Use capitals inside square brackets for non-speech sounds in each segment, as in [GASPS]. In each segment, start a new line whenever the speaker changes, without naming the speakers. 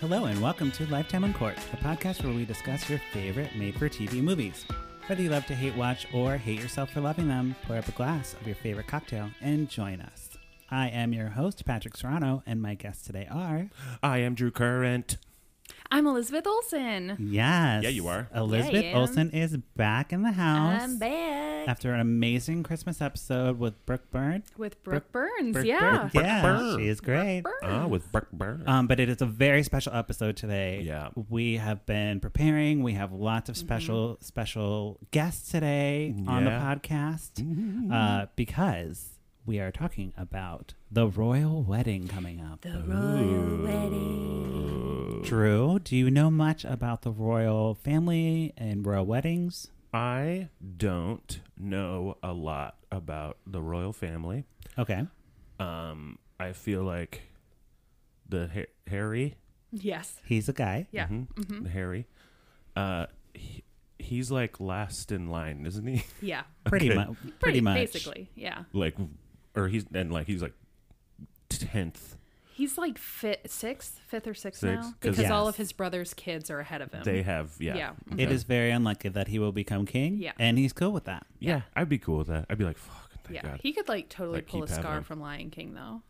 Hello, and welcome to Lifetime on Court, a podcast where we discuss your favorite made for TV movies. Whether you love to hate watch or hate yourself for loving them, pour up a glass of your favorite cocktail and join us. I am your host, Patrick Serrano, and my guests today are.
I am Drew Current.
I'm Elizabeth Olsen.
Yes.
Yeah, you are.
Elizabeth
Yeah, I am.
Olsen is back in the house
I'm back
after an amazing Christmas episode with Brooke Byrne.
with Brooke Burns.
Brooke
yeah.
Byrne.
Brooke
Yeah,
Byrne.
she is great.
Burns.
Ah, with Burke Burr.
Um, but it is a very special episode today.
Yeah.
We have been preparing. We have lots of
Mm-hmm.
special special guests today on the
Yeah. Mm-hmm.
podcast uh, because we are talking about the royal wedding coming up.
the royal wedding.
Drew, do you know much about the royal family and royal weddings?
I don't know a lot about the royal family.
Okay.
Um, I feel like the ha- Harry,
Yes.
He's a guy.
Yeah. Mm-hmm.
Mhm, the Harry, uh, he, he's like last in line, isn't he? [LAUGHS]
Yeah.
Pretty
Okay.
much. Pretty much.
Basically. Yeah.
like, or he's and like he's like tenth.
He's like fit, sixth, fifth or sixth,
Sixth,
now
'cause-
because
Yes. Oh
all of his brother's kids are ahead of him.
They have yeah.
Yeah.
It
Okay.
is very unlikely that he will become king.
Yeah.
And he's cool with that.
yeah. I'd be cool with that. I'd be like fuck. Thank
yeah.
God. He,
He could like totally
Like,
pull a
keep having
scar
him.
from Lion King though,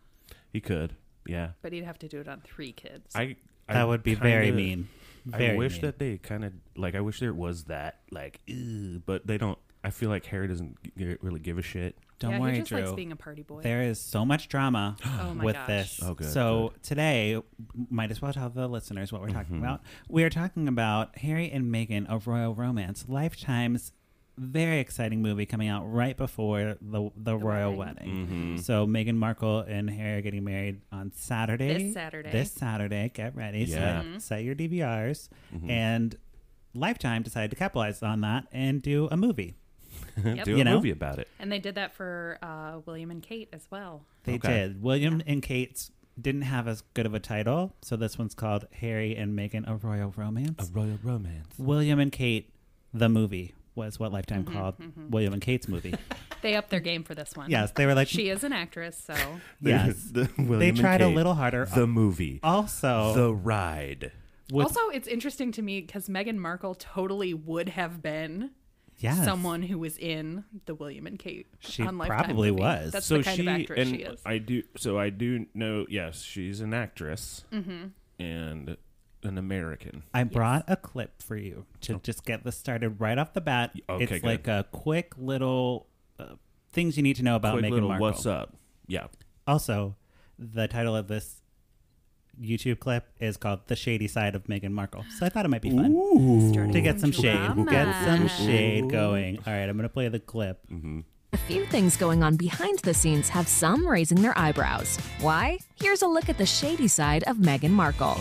could. Yeah.
but he'd have to do it on three kids.
I. I
That would be very
kinda-
mean. Very
I wish
mean.
that they kind of like. I wish there was that like, "Ew," but they don't. I feel like Harry doesn't g- g- really give a shit.
[LAUGHS] Don't
yeah,
worry,
he just
Drew.
likes being a party boy.
There is so much drama
[GASPS] Oh my
with
gosh.
this.
Oh, good, Mm-hmm.
so today, might as well tell the listeners what we're talking about. We are talking about Harry and Meghan of Royal Romance, Lifetime's very exciting movie coming out right before the the, royal wedding.
Mm-hmm.
So Meghan Markle and Harry are getting married on Saturday.
This Saturday. Mm-hmm.
This Saturday. Get ready.
Yeah. Mm-hmm.
Set, set your DVRs. And Lifetime decided to capitalize on that and do a movie.
Yep.
Do
You
a
know?
movie about it.
And they did that for uh, William and Kate as well.
They
Okay.
did. William and Kate's didn't have as good of a title, so this one's called Harry and Meghan: A Royal Romance.
royal romance.
[LAUGHS] William and Kate, the movie, was what Lifetime
Mm-hmm,
called William and Kate's
[LAUGHS]
movie.
They upped their game for this one.
yes, they were like,
She is an actress, so
[LAUGHS] yes.
the William
they
and
tried a
Kate,
little harder.
Uh,
The movie,
also,
the ride.
with-
also, it's interesting to me because Meghan Markle totally would have been
yes.
someone who was in the William and Kate.
She
on Lifetime
probably
movie.
was.
That's
so
the kind
she
of actress
and
she is.
I do. So I do know. Yes, she's an actress
Mm-hmm.
and an American.
I brought a clip for you to just get this started right off the bat.
Oh. Okay,
it's
good.
like a quick little uh, things you need to know about
Quick
Uh, Meghan
little
Markle.
what's up? Yeah.
Also, the title of this YouTube clip is called "The Shady Side of Meghan Markle," so I thought it might be fun to get some shade, get some shade going. All right, I'm gonna play the clip.
few things going on behind the scenes have some raising their eyebrows. Why? Here's a look at the shady side of Meghan Markle.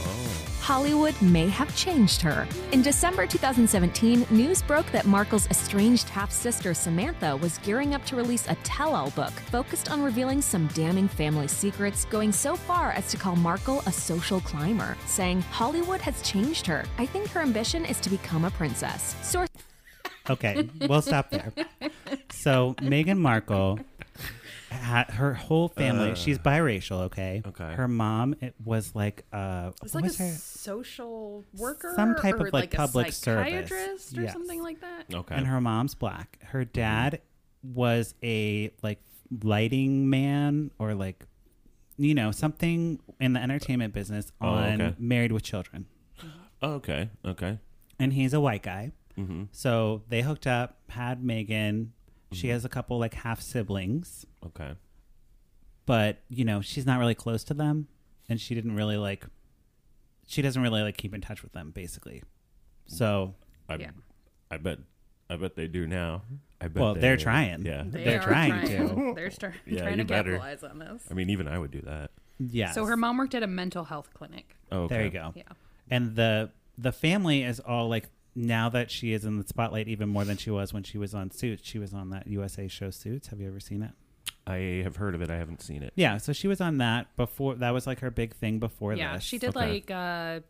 Hollywood may have changed her. In December 2017, news broke that Markle's estranged half sister Samantha was gearing up to release a tell all book focused on revealing some damning family secrets, going so far as to call Markle a social climber, saying, Hollywood has changed her. I think her ambition is to become a princess. Source
Okay, we'll stop there. So Meghan Markle, ha her whole family, she's biracial. Okay,
Okay.
Her mom it was like, uh,
it's
what
like a
was her?
social worker,
Some type of,
or
like,
like,
public
a
service.
psychiatrist or
Yes.
something like that.
Okay. Mm-hmm.
and her mom's black. Her dad was a like lighting man or like you know something in the entertainment business
Oh,
on
okay.
Married with Children,
okay. Okay.
and he's a white guy.
Mm-hmm.
So they hooked up, had Megan.
Mm-hmm.
She has a couple like half siblings,
Okay.
but you know she's not really close to them, and she didn't really like. She doesn't really like keep in touch with them, basically. So
I,
Yeah.
I bet. I bet they do now. I bet.
Well,
they,
they're trying.
Yeah.
They
They're
are
trying to.
They're star-
Yeah,
trying to
you better.
capitalize on this.
I mean, even I would do that.
yeah.
[LAUGHS] So her mom worked at a mental health clinic.
Oh, okay.
There you go.
Yeah.
and the the family is all like now that she is in the spotlight even more than she was when she was on Suits. She was on that USA show Suits. Have you ever seen it?
I have heard of it. I haven't seen it.
Yeah, so she was on that before. That was like her big thing before
Yeah,
this.
she did
Okay.
like uh,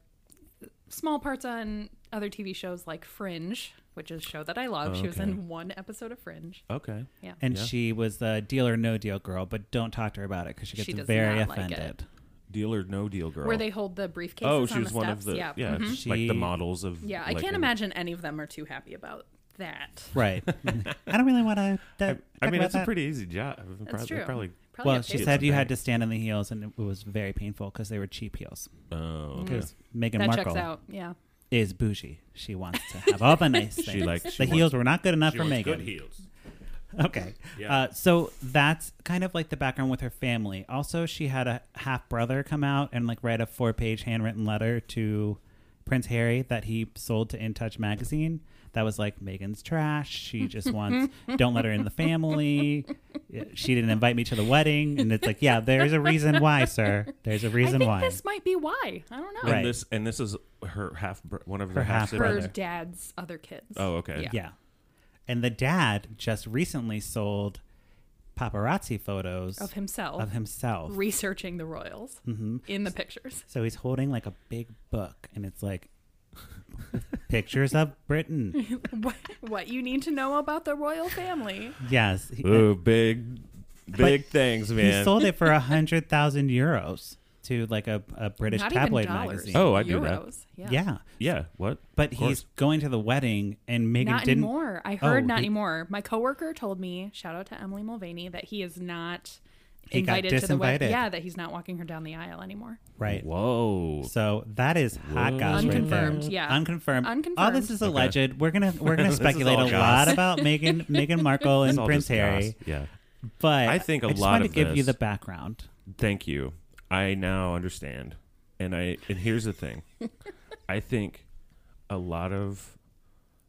small parts on other TV shows like Fringe, which is a show that I love. She was
Okay.
in one episode of Fringe.
Okay.
Yeah.
and
Yeah.
she was the deal or no deal girl. But don't talk to her about it because she gets
She does
very
not like
offended.
Deal or No Deal girl. Mm-hmm.
where they hold the briefcases.
oh, she
on
was
the
one
steps.
of the
yeah,
yeah,
Mhm.
like
She-
the models of
yeah. I
like,
can't
in-
imagine any of them are too happy about that.
[LAUGHS]
[LAUGHS]
Right. [LAUGHS] I don't really want to.
I mean,
about
it's
that.
a pretty easy job.
That's
Probably,
true.
Probably.
Probably
Well,
have
she
to-
said you had
something.
to stand in the heels, and it was very painful because they were cheap heels.
Oh, okay.
Because Meghan
Mm. that checks
Markle
out. Yeah,
is bougie. She wants to have all
[LAUGHS]
the nice things.
She likes
the heels were not good enough for Meghan.
heels.
Okay.
Yeah.
Uh, so that's kind of like the background with her family. Also, she had a half brother come out and like write a four page handwritten letter to Prince Harry that he sold to In Touch magazine. That was like Megan's trash. She just
[LAUGHS]
wants don't let her in the family. Yeah, She didn't invite me to the wedding, and it's like, yeah, there's a reason why, sir. There's a
I
reason
think
why.
this might be why. I don't know.
Right.
And this and this is her half br- one of her,
Her
half
Her
brother.
brothers.
dad's other kids.
Oh, okay.
Yeah.
Yeah. And the dad just recently sold paparazzi photos
of himself
of himself.
researching the royals
Mm-hmm.
in the pictures. [LAUGHS]
So he's holding like a big book, and it's like [LAUGHS] pictures of Britain.
[LAUGHS] what, what you need to know about the royal family.
Yes, he,
Ooh, big, big things,
he
man.
sold it for a hundred thousand euros to like a, a British
Not even
tabloid
dollars.
magazine.
Oh, I do that.
Euros.
yeah.
Yeah.
yeah. What?
But
Of course.
he's going to the wedding, and Megan
Not
didn't.
anymore. I heard
Oh,
not
he-
anymore. My coworker told me, shout out to Emily Mulvaney, that he is not
He got
invited to the
disinvited.
wedding. Yeah, that he's not walking her down the aisle anymore.
Right.
Whoa.
So that is hot goss right
Unconfirmed,
there.
yeah.
Unconfirmed. All
Unconfirmed.
this is alleged. We're gonna we're gonna
[LAUGHS] This is
speculate a
all
lot
goss.
about
[LAUGHS]
Megan Megan Markle
It's
and
all
Prince
just
Harry.
goss. Yeah.
But
I think a
I just
lot
wanted
of
to give you
this-
the background.
Thank you. I now understand. And I and here's the
[LAUGHS]
thing. I think a lot of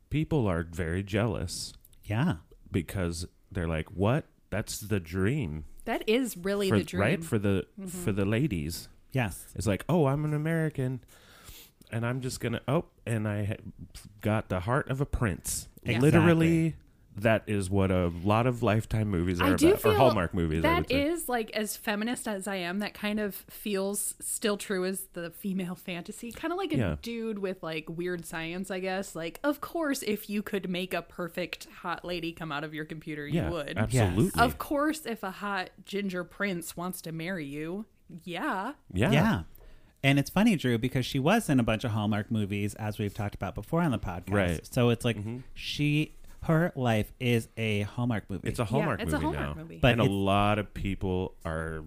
people are very jealous
Yeah.
because they're like, "What? That's the dream."
That is really
for-
the dream. Mm-hmm.
Right? For the for the ladies.
Yes.
It's like, "Oh, I'm an American." And I'm just going to oh, and I ha- got the heart of a prince.
Yeah.
Literally that is what a lot of lifetime movies are
I do
about
feel
or Hallmark movies I would
That
say.
is like as feminist as I am. That kind of feels still true as the female fantasy, kind of like a
Yeah.
dude with like weird science, I guess. Like, of course, if you could make a perfect hot lady come out of your computer, you
yeah,
would.
Absolutely.
Of course, if a hot ginger prince wants to marry you, yeah,
Yeah.
Yeah. And it's funny, Drew, because she was in a bunch of Hallmark movies, as we've talked about before on the podcast.
Right. Mm-hmm.
So it's like she, her life is a Hallmark movie.
It's a Hallmark
it's a
movie
Hallmark
now.
movie.
But
and a
it's-
lot of people are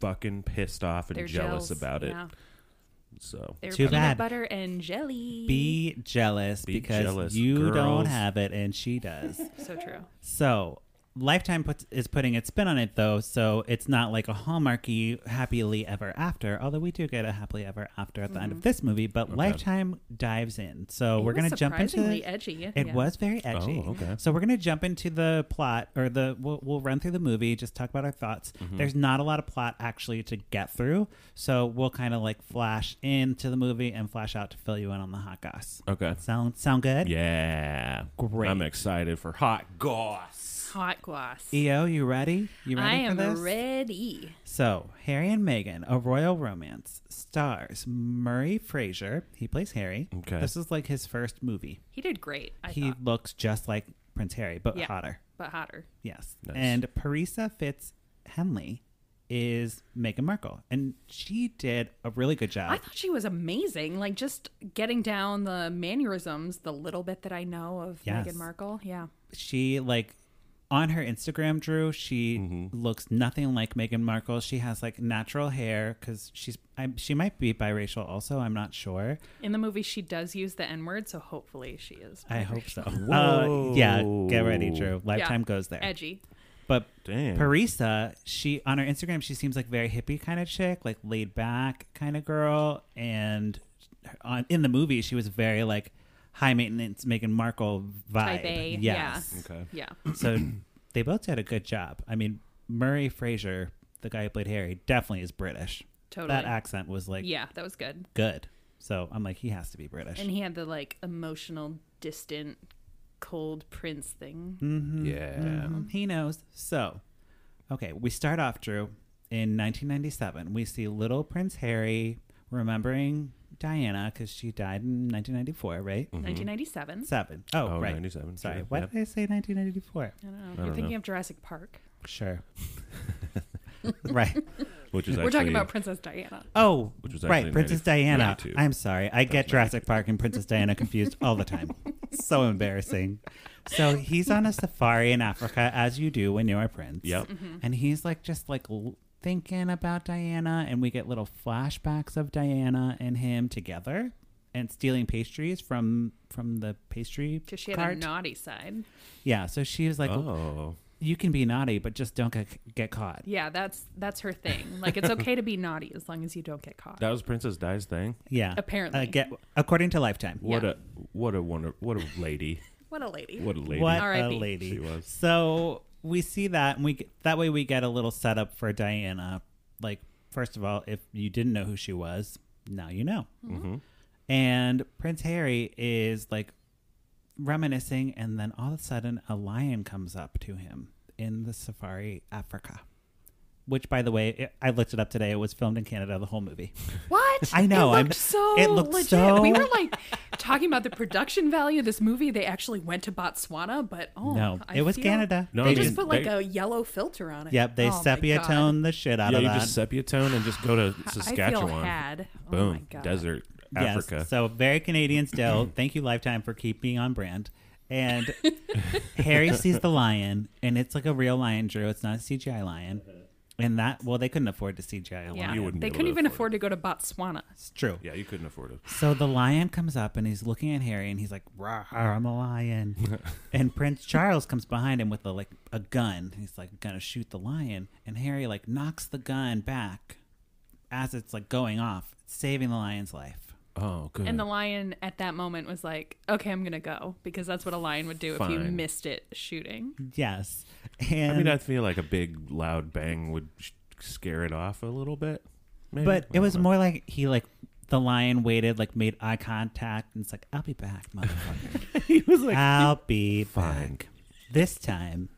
fucking pissed off and
they're
jealous
gels.
about it.
Yeah.
So
They're
Too
peanut
bad.
butter and jelly.
be jealous
Be
because
jealous,
you don't
girls.
have it and she does.
so true.
so Lifetime puts, is putting its spin on it, though. So it's not like a Hallmarky happily ever after, although we do get a happily ever after at the end of this movie. But Lifetime dives in. So we're
Mm-hmm. It was
going to jump into.
surprisingly edgy.
It
yeah.
was very edgy.
Oh, okay.
So we're gonna jump into the plot, or the we'll, we'll run through the movie, just talk about our thoughts.
Mm-hmm.
There's not a lot of plot actually to get through, so we'll kind of like flash into the movie and flash out to fill you in on the hot goss.
okay,
Sound sound good?
yeah,
Great.
I'm excited for hot goss.
hot gloss.
EO, E you ready? You ready
I
for
am
this?
ready.
So, Harry and Meghan, A Royal Romance, stars Murray Fraser. He plays Harry.
Okay.
This is like his first movie.
He did great. I
he
thought,
looks just like Prince Harry, but
Yeah.
hotter.
but hotter.
Yes.
Nice.
And Parisa Fitz Henley is Meghan Markle. And she did a really good job.
I thought she was amazing. Like just getting down the mannerisms, the little bit that I know of
Yes.
Meghan Markle. Yeah.
she like on her Instagram, Drew, she
Mm-hmm.
looks nothing like Meghan Markle. She has like natural hair because she's I, she might be biracial. Also, I'm not sure.
In the movie, she does use the N word, so hopefully she is.
I hope so. Uh,
Whoa.
yeah, get ready, Drew. Lifetime
Yeah.
goes there.
Edgy.
But
Damn.
Parisa, she on her Instagram, she seems like very hippie kind of chick, like laid back kind of girl. And on, in the movie, she was very like high maintenance Meghan Markle vibe.
Type A.
Yes.
Yeah.
Okay.
Yeah.
so they both did a good job. I mean, Murray Fraser, the guy who played Harry, definitely is British.
Totally.
That accent was like
Yeah, that was good.
good. So I'm like, he has to be British.
And he had the like emotional, distant, cold prince thing.
Yeah.
He knows. So, okay, we start off, Drew, in 1997. We see little Prince Harry remembering Diana because she died in 1994, right?
1997.
Seven. Oh,
Oh,
right.
97,
Sorry.
sure,
Why
yep.
did I say 1994?
[LAUGHS]
I don't know. You're thinking of Jurassic Park.
Sure. right.
which is
We're talking
actually-
about Princess Diana.
Oh,
Which was
right,
actually
Princess
90-
Diana.
92.
I'm sorry, I get Jurassic Park and Princess Diana confused all the
[LAUGHS]
time. so embarrassing. So he's on a safari in Africa, as you do when you're a prince.
Yep.
And he's like just like l- thinking about Diana, and we get little flashbacks of Diana and him together, and stealing pastries from from the pastry
Because she had
cart.
a naughty side.
yeah. So she was like,
Oh,
"You can be naughty, but just don't get get caught."
Yeah, that's that's her thing. Like it's okay to be naughty as long as you don't get caught.
that was Princess Di's thing.
Yeah.
Apparently.
Uh, get, according to Lifetime.
What
Yeah.
a what a wonder what a lady.
what a lady.
What a lady.
What a
R.I.P.
lady.
She was.
So we see that, and we get, that way we get a little setup for Diana. Like, first of all, if you didn't know who she was, now you know.
Mm-hmm.
Mm-hmm.
And Prince Harry is like reminiscing, and then all of a sudden, a lion comes up to him in the safari Africa. Which, by the way, it, I looked it up today. It was filmed in Canada, the whole movie.
What?
I know,
It
I'm-
looked so
it looked
legit.
so-
We were like talking about the production value of this movie. They actually went to Botswana, but oh
no,
I
it was
feel-
Canada.
No,
they
They
it
just,
just
They-
put like
they-
a yellow filter on it.
yep, they
Oh my
sepia
God.
tone the shit out
Yeah,
of
you
that.
just sepia tone and just go to Saskatchewan.
I feel had. Oh
Boom,
my God.
desert
Yes,
Africa.
so very
[CLEARS THROAT]
Canadian still. Thank you, Lifetime, for keeping on brand.
[LAUGHS]
And Harry sees the lion, and it's like a real lion, Drew. It's not a CGI lion. And that, well, they couldn't afford to CGI a
Yeah.
lion.
You wouldn't be
they
able
couldn't
to
even
afford
afford to go to Botswana.
It's true.
yeah, you couldn't afford it.
So the lion comes up, and he's looking at Harry, and he's like, "Rah, I'm a
[LAUGHS]
lion." and Prince Charles comes behind him with a like a gun. He's like, "Gonna shoot the lion," and Harry like knocks the gun back as it's like going off, saving the lion's life.
Oh, good.
Hmm.
And the lion at that moment was like, okay, I'm going to go because that's what a lion would do if you
Fine.
missed it shooting.
Yes, and
I mean, I feel like a big loud bang would sh- scare it off a little bit. Maybe.
But
I
it
don't
was
know.
more like he like the lion waited, like made eye contact, and it's like, "I'll be back, motherfucker.
[LAUGHS] he was like,
I'll be
Fine.
back this time."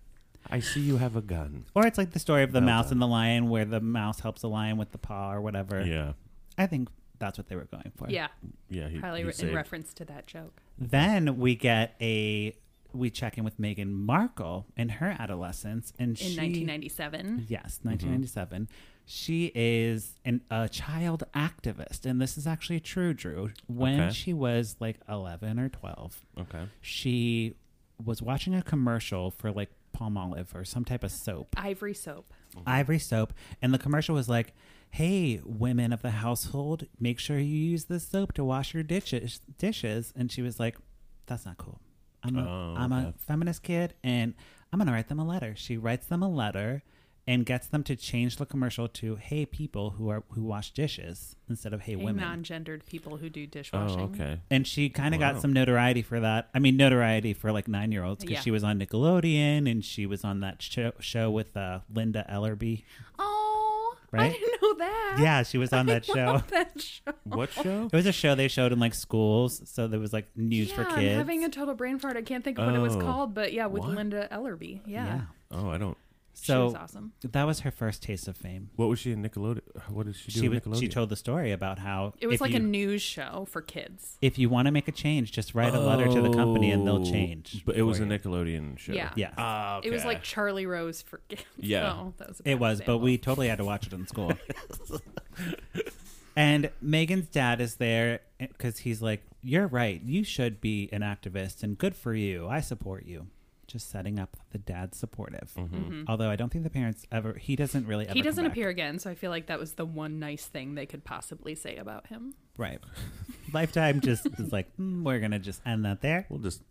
"I see you have a gun."
Or it's like the story of the
Well
mouse
done.
and the lion, where the mouse helps the lion with the paw or whatever.
Yeah,
I think that's what they were going for.
Yeah,
yeah. He,
probably
he
re- in
saved-
reference to that joke.
Then we get a we check in with Meghan Markle in her adolescence, and
In
she [LAUGHS]
1997,
Yes, 1997. She is an, a child activist, and this is actually true, Drew. When
Okay.
she was like 11 or 12,
Okay.
[LAUGHS]
she was watching a commercial for like palm olive or some type of soap,
Ivory Soap.
ivory soap, and the commercial was like, "Hey, women of the household, make sure you use this soap to wash your dishes." Dishes, and she was like, "That's not cool. I'm a,
Oh,
am a
okay.
feminist kid, and I'm gonna write them a letter." She writes them a letter and gets them to change the commercial to "Hey, people who are who wash dishes" instead of "Hey,
Hey,
women."
non-gendered people who do dishwashing.
Oh, okay.
and she kind of
Wow.
got some notoriety for that. I mean, notoriety for like nine year olds because
Yeah.
she was on Nickelodeon and she was on that show, show with uh, Linda Ellerby.
Oh, I
Right?
didn't know that.
Yeah, she
[LAUGHS]
was on that show.
That show.
What show?
It
[LAUGHS]
was a show they showed in like schools, so there was like news
yeah,
for
I'm
kids.
having a total brain fart. I can't think of what it was
Oh.
called, but yeah, with
What?
Linda Ellerby. Yeah.
yeah.
Oh, I don't.
So
was awesome.
that was her first taste of fame.
What was she in Nickelodeon? What did she do?
She
in
was,
Nickelodeon?
she told the story about how
It was
if
like a
you,
news show for kids.
if you want to make a change, just write a letter to the company and they'll
Oh,
change.
But it was
for
a
you.
Nickelodeon show.
Yeah.
Yes.
Ah,
It was
okay.
like Charlie Rose for [LAUGHS] kids.
Yeah.
Oh, that was a
It
bad
was, but
example.
we totally had to watch it in
[LAUGHS]
school. and Megan's dad is there because he's like, You're right. You should be an activist and good for you. I support you. Just setting up the dad's supportive.
Mm-hmm.
Although I don't think the parents ever, he doesn't really ever.
Mm-hmm. He
come
doesn't
back.
appear again, so I feel like that was the one nice thing they could possibly say about him.
Right. Lifetime
[LAUGHS]
just is like, "Mm, We're going to just end that there.
We'll just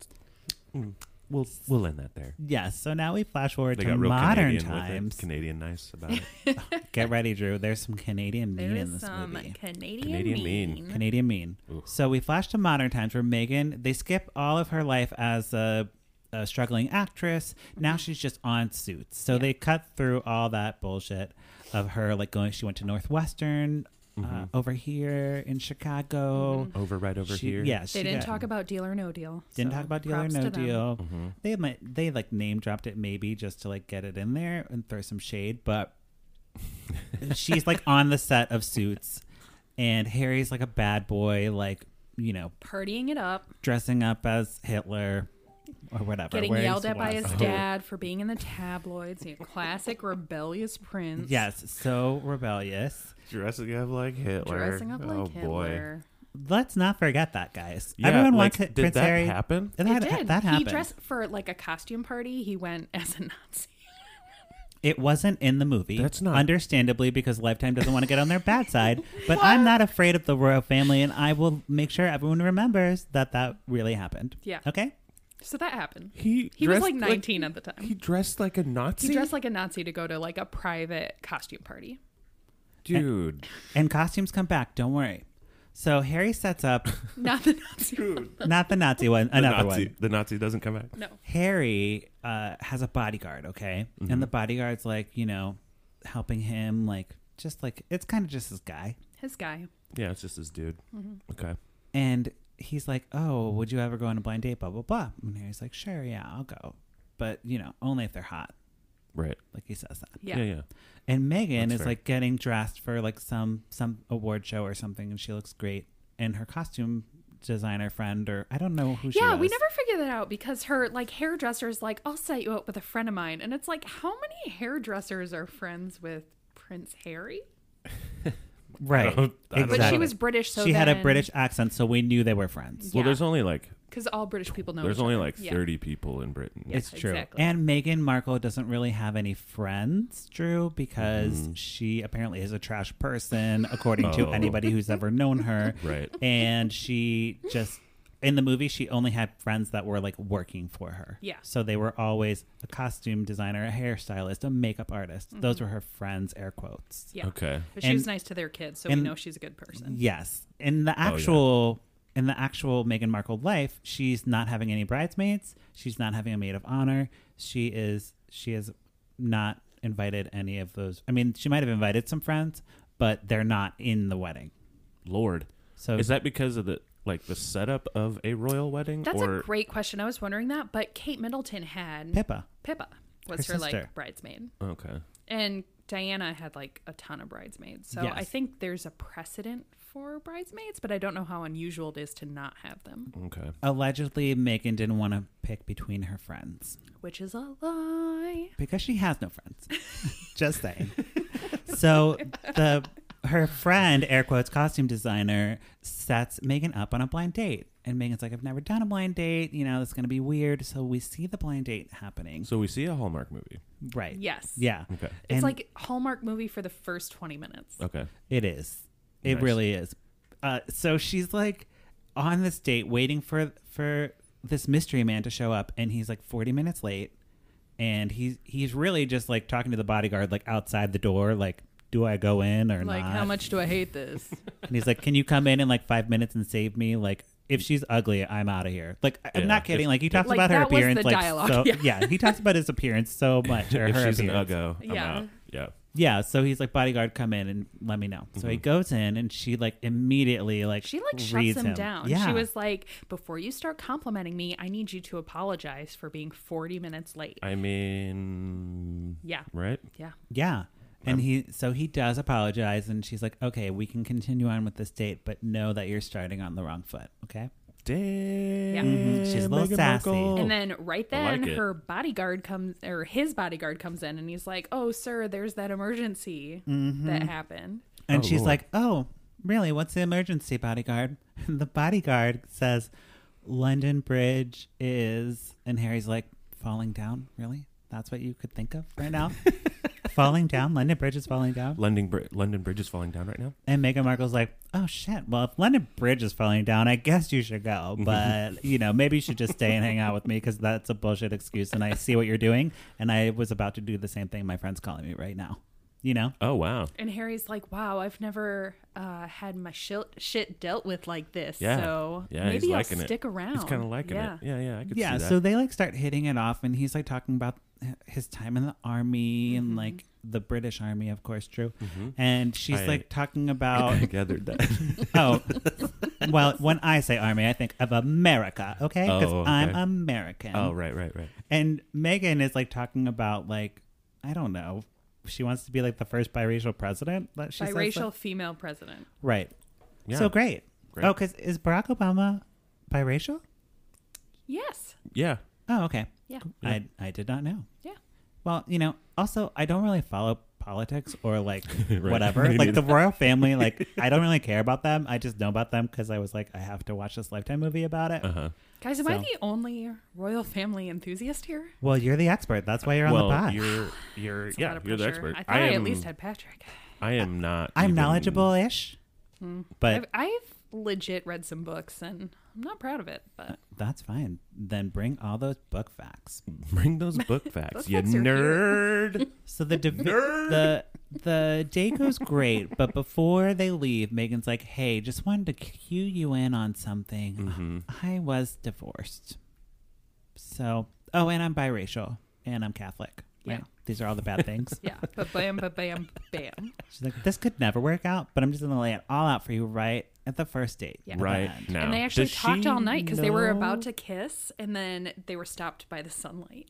mm, we'll we'll end that there.
Yes. So now we flash forward
They
to
got real
modern
Canadian
times.
with it. Canadian nice about
[LAUGHS]
it.
Get ready, Drew. There's some Canadian
There
mean in
is
this
some
movie.
Canadian,
Canadian mean.
mean.
Mm-hmm. Canadian mean. So we flash to modern times where Megan, they skip all of her life as a, a struggling actress. Now
Mm-hmm.
she's just on suits. So they cut through all that bullshit of her, like going, she went to Northwestern uh, over here in Chicago.
over right Mm-hmm. over
She-
here.
Yeah,
They
she
didn't
got-
talk about Deal or No Deal.
didn't
so
talk about deal or
props
no
to them.
deal.
Mm-hmm.
They might they like name dropped it maybe just to like get it in there and throw some shade,
[LAUGHS]
but she's like on the set of Suits, and Harry's like a bad boy, like you know
Partying it up.
dressing up as Hitler, or whatever.
Getting
where he
yelled at by
was.
his dad for being in the tabloids. You know, classic rebellious
Oh.
prince.
Yes, so rebellious.
Dressing up like Hitler.
Dressing up like
oh,
Hitler.
Let's not forget that, guys.
boy. Yeah,
Everyone
like,
wants it.
did
Prince
that
Harry.
happen?
That,
it did.
that
He
happened.
dressed for like a costume party. He went [LAUGHS] as a Nazi.
It wasn't in the movie.
That's not-
understandably because Lifetime doesn't want to get on their bad
[LAUGHS]
side. But I'm not afraid of the royal family, and I will make sure everyone remembers that that really happened.
Yeah.
Okay.
So that happened.
He
He was
dressed
like 19 at the time.
He dressed like a Nazi,
He dressed like a Nazi to go to like a private costume party.
dude.
And costumes come back. Don't worry. So Harry sets
[LAUGHS]
up
Not the Nazi.
not the Nazi one, another
Nazi.
one.
The Nazi doesn't come back.
No.
Harry uh, has a bodyguard, okay,
Mm-hmm.
and the bodyguard's like you know helping him, like just like it's kind of just his guy,
His guy.
Yeah, it's just this dude.
Mm-hmm.
Okay.
and he's like, oh, would you ever go on a blind date? Blah blah blah. And Harry's like, sure, yeah, I'll go, but you know only if they're hot,
Right.
like he says that.
Yeah.
Yeah. Yeah.
And Megan
That's
is
fair.
like getting dressed for like some some award show or something, and she looks great, and her costume designer friend or I don't know who she
Yeah, we
was.
never figure that out because her like hairdresser's like, I'll set you up with a friend of mine. And it's like, how many hairdressers are friends with Prince Harry?
right.
[LAUGHS] I don't- I don't
But she
exactly.
was British, so
she had a
then-
British accent, so we knew they were friends.
Well,
Yeah.
there's only like
because all British people know.
there's
each
only
other.
like
Yeah.
30 people in Britain.
It's true.
exactly.
And Meghan Markle doesn't really have any friends, Drew, because she apparently is a trash person, according to
Mm-hmm. Oh.
anybody who's ever known her.
[LAUGHS] Right.
And she just, in the movie, she only had friends that were like working for her.
Yeah.
So they were always a costume designer, a hairstylist, a makeup artist. Those were her friends, air quotes.
Mm-hmm. Yeah.
Okay.
But she was
and-
nice to their kids, so
and-
we know she's a good person.
Yes. In the
Oh, yeah.
actual in the actual Meghan Markle life, she's not having any bridesmaids. She's not having a maid of honor. She is she is not invited any of those. I mean, she might have invited some friends, but they're not in the wedding.
Lord.
So
Is that because of the like the setup of a royal wedding
That's
or
a great question. I was wondering that, but Kate Middleton had
Pippa?
Pippa was
Her
her,
sister.
like bridesmaid,
Okay.
and Diana had like a ton of bridesmaids. So
Yes.
I think there's a precedent for bridesmaids, but I don't know how unusual it is to not have them,
Okay.
Allegedly, Megan didn't want to pick between her friends
which is a lie.
because she has no friends. Just saying. so the her friend, air quotes, costume designer, sets Megan up on a blind date. And Megan's like, I've never done a blind date. You know, it's going to be weird. So we see the blind date happening.
So we see a Hallmark movie.
Right.
Yes.
Yeah.
Okay.
It's
And
like Hallmark movie for the first 20 minutes.
Okay.
It is. It
Nice.
really is. Uh, so she's like on this date, waiting for for this mystery man to show up, and he's like forty minutes late, and he's he's really just like talking to the bodyguard like outside the door, like, do I go in or
Like,
not?
how much do I
[LAUGHS]
hate this?
And he's like, can you come in in like five minutes and save me? Like, if she's ugly, I'm out of here. Like, I- I'm
Yeah.
not kidding.
If-
like, he talks
Like,
about her
that was the
appearance. like,
dialogue.
so
[LAUGHS] Yeah.
yeah, he talks about his appearance so much. Or
if
her
she's an
appearance.
uggo, I'm
Yeah.
out. Yeah.
Yeah, so he's like, bodyguard, come in and let me know. So
Mhm.
he goes in, and she like immediately like
She like shuts
reads
him, down.
Yeah,
She was like, "Before you start complimenting me, I need you to apologize for being 40 minutes late."
I mean
yeah.
right?
Yeah.
yeah, and he so he does apologize, and she's like, okay, we can continue on with this date, but know that you're starting on the wrong foot. Okay,
Damn.
Mhm. She's a little
Meghan
sassy.
Markle.
And then right
Oh, I
then
like it.
her bodyguard comes or his bodyguard comes in and he's like, "Oh, sir, there's that emergency
Mm-hmm.
that happened."
and
Oh,
she's
Lord.
like, oh, really? What's the emergency, bodyguard? [LAUGHS] And the bodyguard says, London Bridge is, and Harry's like, falling down. Really? That's what you could think of right
[LAUGHS]
now. falling down. London Bridge is falling down.
London, Bri- London Bridge is falling down right now.
And Meghan Markle's like, oh shit, well, if London Bridge is falling down, I guess you should
[LAUGHS]
go. But, you know, maybe you should just stay and hang out with me because that's a bullshit excuse. And I see what you're doing. And I was about to do the same thing. My friend's calling me right now. You know?
Oh wow.
And Harry's like, "Wow, I've never uh, had my shil- shit dealt with like this.
Yeah.
So
yeah,
maybe
he's
I'll
liking it.
stick around."
He's kind of liking
yeah.
it. Yeah, yeah. I could
yeah.
see that.
So they like start hitting it off. And he's like talking about h- his time in the army and
Mm-hmm.
like the British army, of course, Drew. And she's
I-
like talking about, [LAUGHS]
I [LAUGHS] gathered that.
[LAUGHS]
oh, well, when I say army, I think of America, okay? Because
Oh,
I'm
okay.
American.
oh right, right, right.
And Megan is like talking about like I don't know. She wants to be like the first biracial president. That she says that?
Biracial female president.
right?
Yeah.
So great.
Great.
Oh, because is Barack Obama biracial?
Yes.
Yeah.
Oh, okay.
Yeah.
I I did not know.
Yeah.
Well, you know, also I don't really follow politics or like
[LAUGHS] Right.
whatever.
Me
like the royal family, like
[LAUGHS]
I don't really care about them. I just know about them because I was like, I have to watch this Lifetime movie about it.
Uh-huh.
Guys, am I
So-
the only royal family enthusiast here?
Well, you're the expert. That's why you're
well,
on the pod.
you're you're
It's a lot
yeah,
of
you're the
pressure.
expert.
I thought I, at
am-
least had Patrick.
I am not.
I'm
even-
knowledgeable-ish, but
Hmm. I've, I've legit read some books, and I'm not proud of it, but
that's fine. Then bring all those book facts. [LAUGHS]
Bring those book facts, you
facts are [LAUGHS]
nerd.
So the div- the the day goes great, but before they leave, Megan's like, "Hey, just wanted to cue you in on something. I was divorced, so oh, and I'm biracial, and I'm Catholic. Right?
Yeah.
these are all the bad
[LAUGHS]
things.
yeah. But bam, but bam, bam.
She's like, "This could never work out, but I'm just gonna lay it all out for you right at the first date.
Yeah.
at the
Right
end."
now,
And they actually
Does
talked
she
all night because they were about
know-
to kiss, and then they were stopped by the sunlight,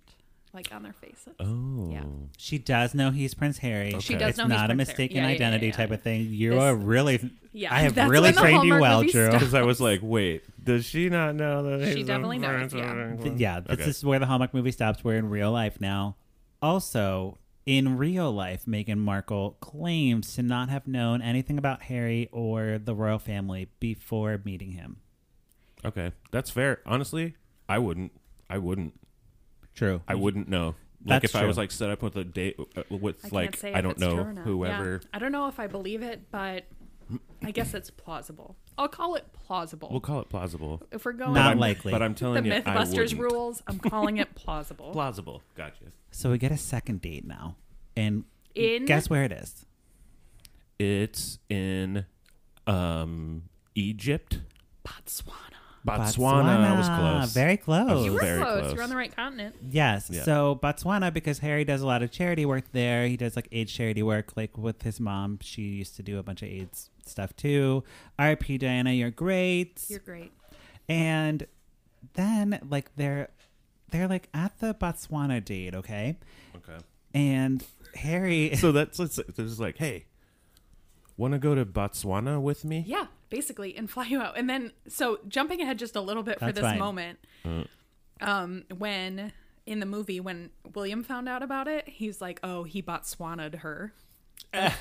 like on their faces.
Oh,
Yeah.
She does know he's Prince Harry.
She does
it's
know
not a
he's Prince Harry.
mistaken
Yeah, yeah, yeah,
identity
yeah.
type of thing. You
This-
are really,
Yeah,
I have
that's
really
when the
trained you
Hallmark
well,
movie
Drew.
stopped.
Because I was like, wait, does she not know that?
She
he's a
definitely knows,
friend?
Th- yeah, this
Okay.
is where the Hallmark movie stops. We're in real life now. Also, in real life, Meghan Markle claims to not have known anything about Harry or the royal family before meeting him.
okay. That's fair. Honestly, I wouldn't. I wouldn't.
True.
I wouldn't know. Like
Mm. That's
if I was
true.
like set up with a date uh, with
I
like
can't say
I
if
don't
it's true
know
or not.
whoever.
Yeah. I don't know if I believe it, but I guess it's plausible. I'll call it plausible.
We'll call it plausible.
if we're going
Not
I'm-
likely.
But I'm
the
telling you, I
MythBusters
wouldn't.
rules, I'm
[LAUGHS]
calling it plausible.
Plausible. Gotcha.
So we get a second date now, and
In-
guess where it is?
It's in um Egypt.
Botswana.
Botswana. I was close.
Very close.
You
We're
Oh, Very
close.
close.
You're on the right continent.
Yes.
Yeah.
So Botswana, because Harry does a lot of charity work there. He does like AIDS charity work, like with his mom. She used to do a bunch of AIDS stuff too. R.I.P. Diana, you're great.
You're great.
and then like they're they're like at the Botswana date, okay?
Okay.
And Harry, [LAUGHS]
So that's it's, it's just like, hey, want to go to Botswana with me?
Yeah, basically, and [LAUGHS] fly you out. And then, so jumping ahead just a little bit for
That's
this
fine.
moment, um, when in the movie when William found out about it, he's like, "Oh, he Botswanaed her." that's,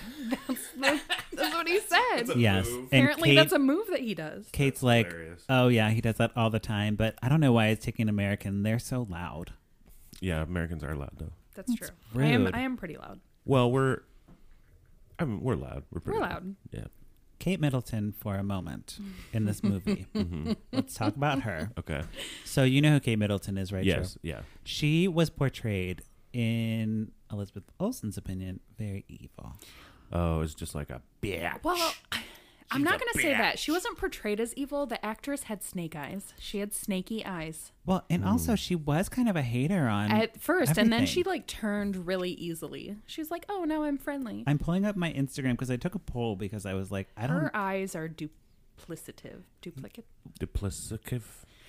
that's what he said.
yes, and
Apparently,
Kate,
that's a move that he does.
Kate's like,
hilarious.
oh yeah, he does that all the time. But I don't know why it's taking American. They're so loud.
Yeah, Americans are loud though.
That's true. I am.
rude.
I am pretty loud.
Well, we're I mean, we're loud. We're pretty
We're loud.
Yeah.
Kate Middleton for a moment in
[LAUGHS]
this movie.
Mm-hmm.
Let's talk about her.
Okay.
So you know who Kate Middleton is, right?
yes.
Drew?
Yeah.
She was portrayed, in Elizabeth Olsen's opinion, very evil.
Oh, it's just like a bitch.
Well, I'm not
a
going to say that.
bitch.
She wasn't portrayed as evil. The actress had snake eyes. She had snaky eyes
Well, and also she was kind of a hater on
at first, and then she
everything.
like turned really easily. She was like, "Oh, now I'm friendly."
I'm pulling up my Instagram because I took a poll because I was like, I
Um,
don't.
Her eyes are duplicative. Duplicate.
duplicative.
Yeah.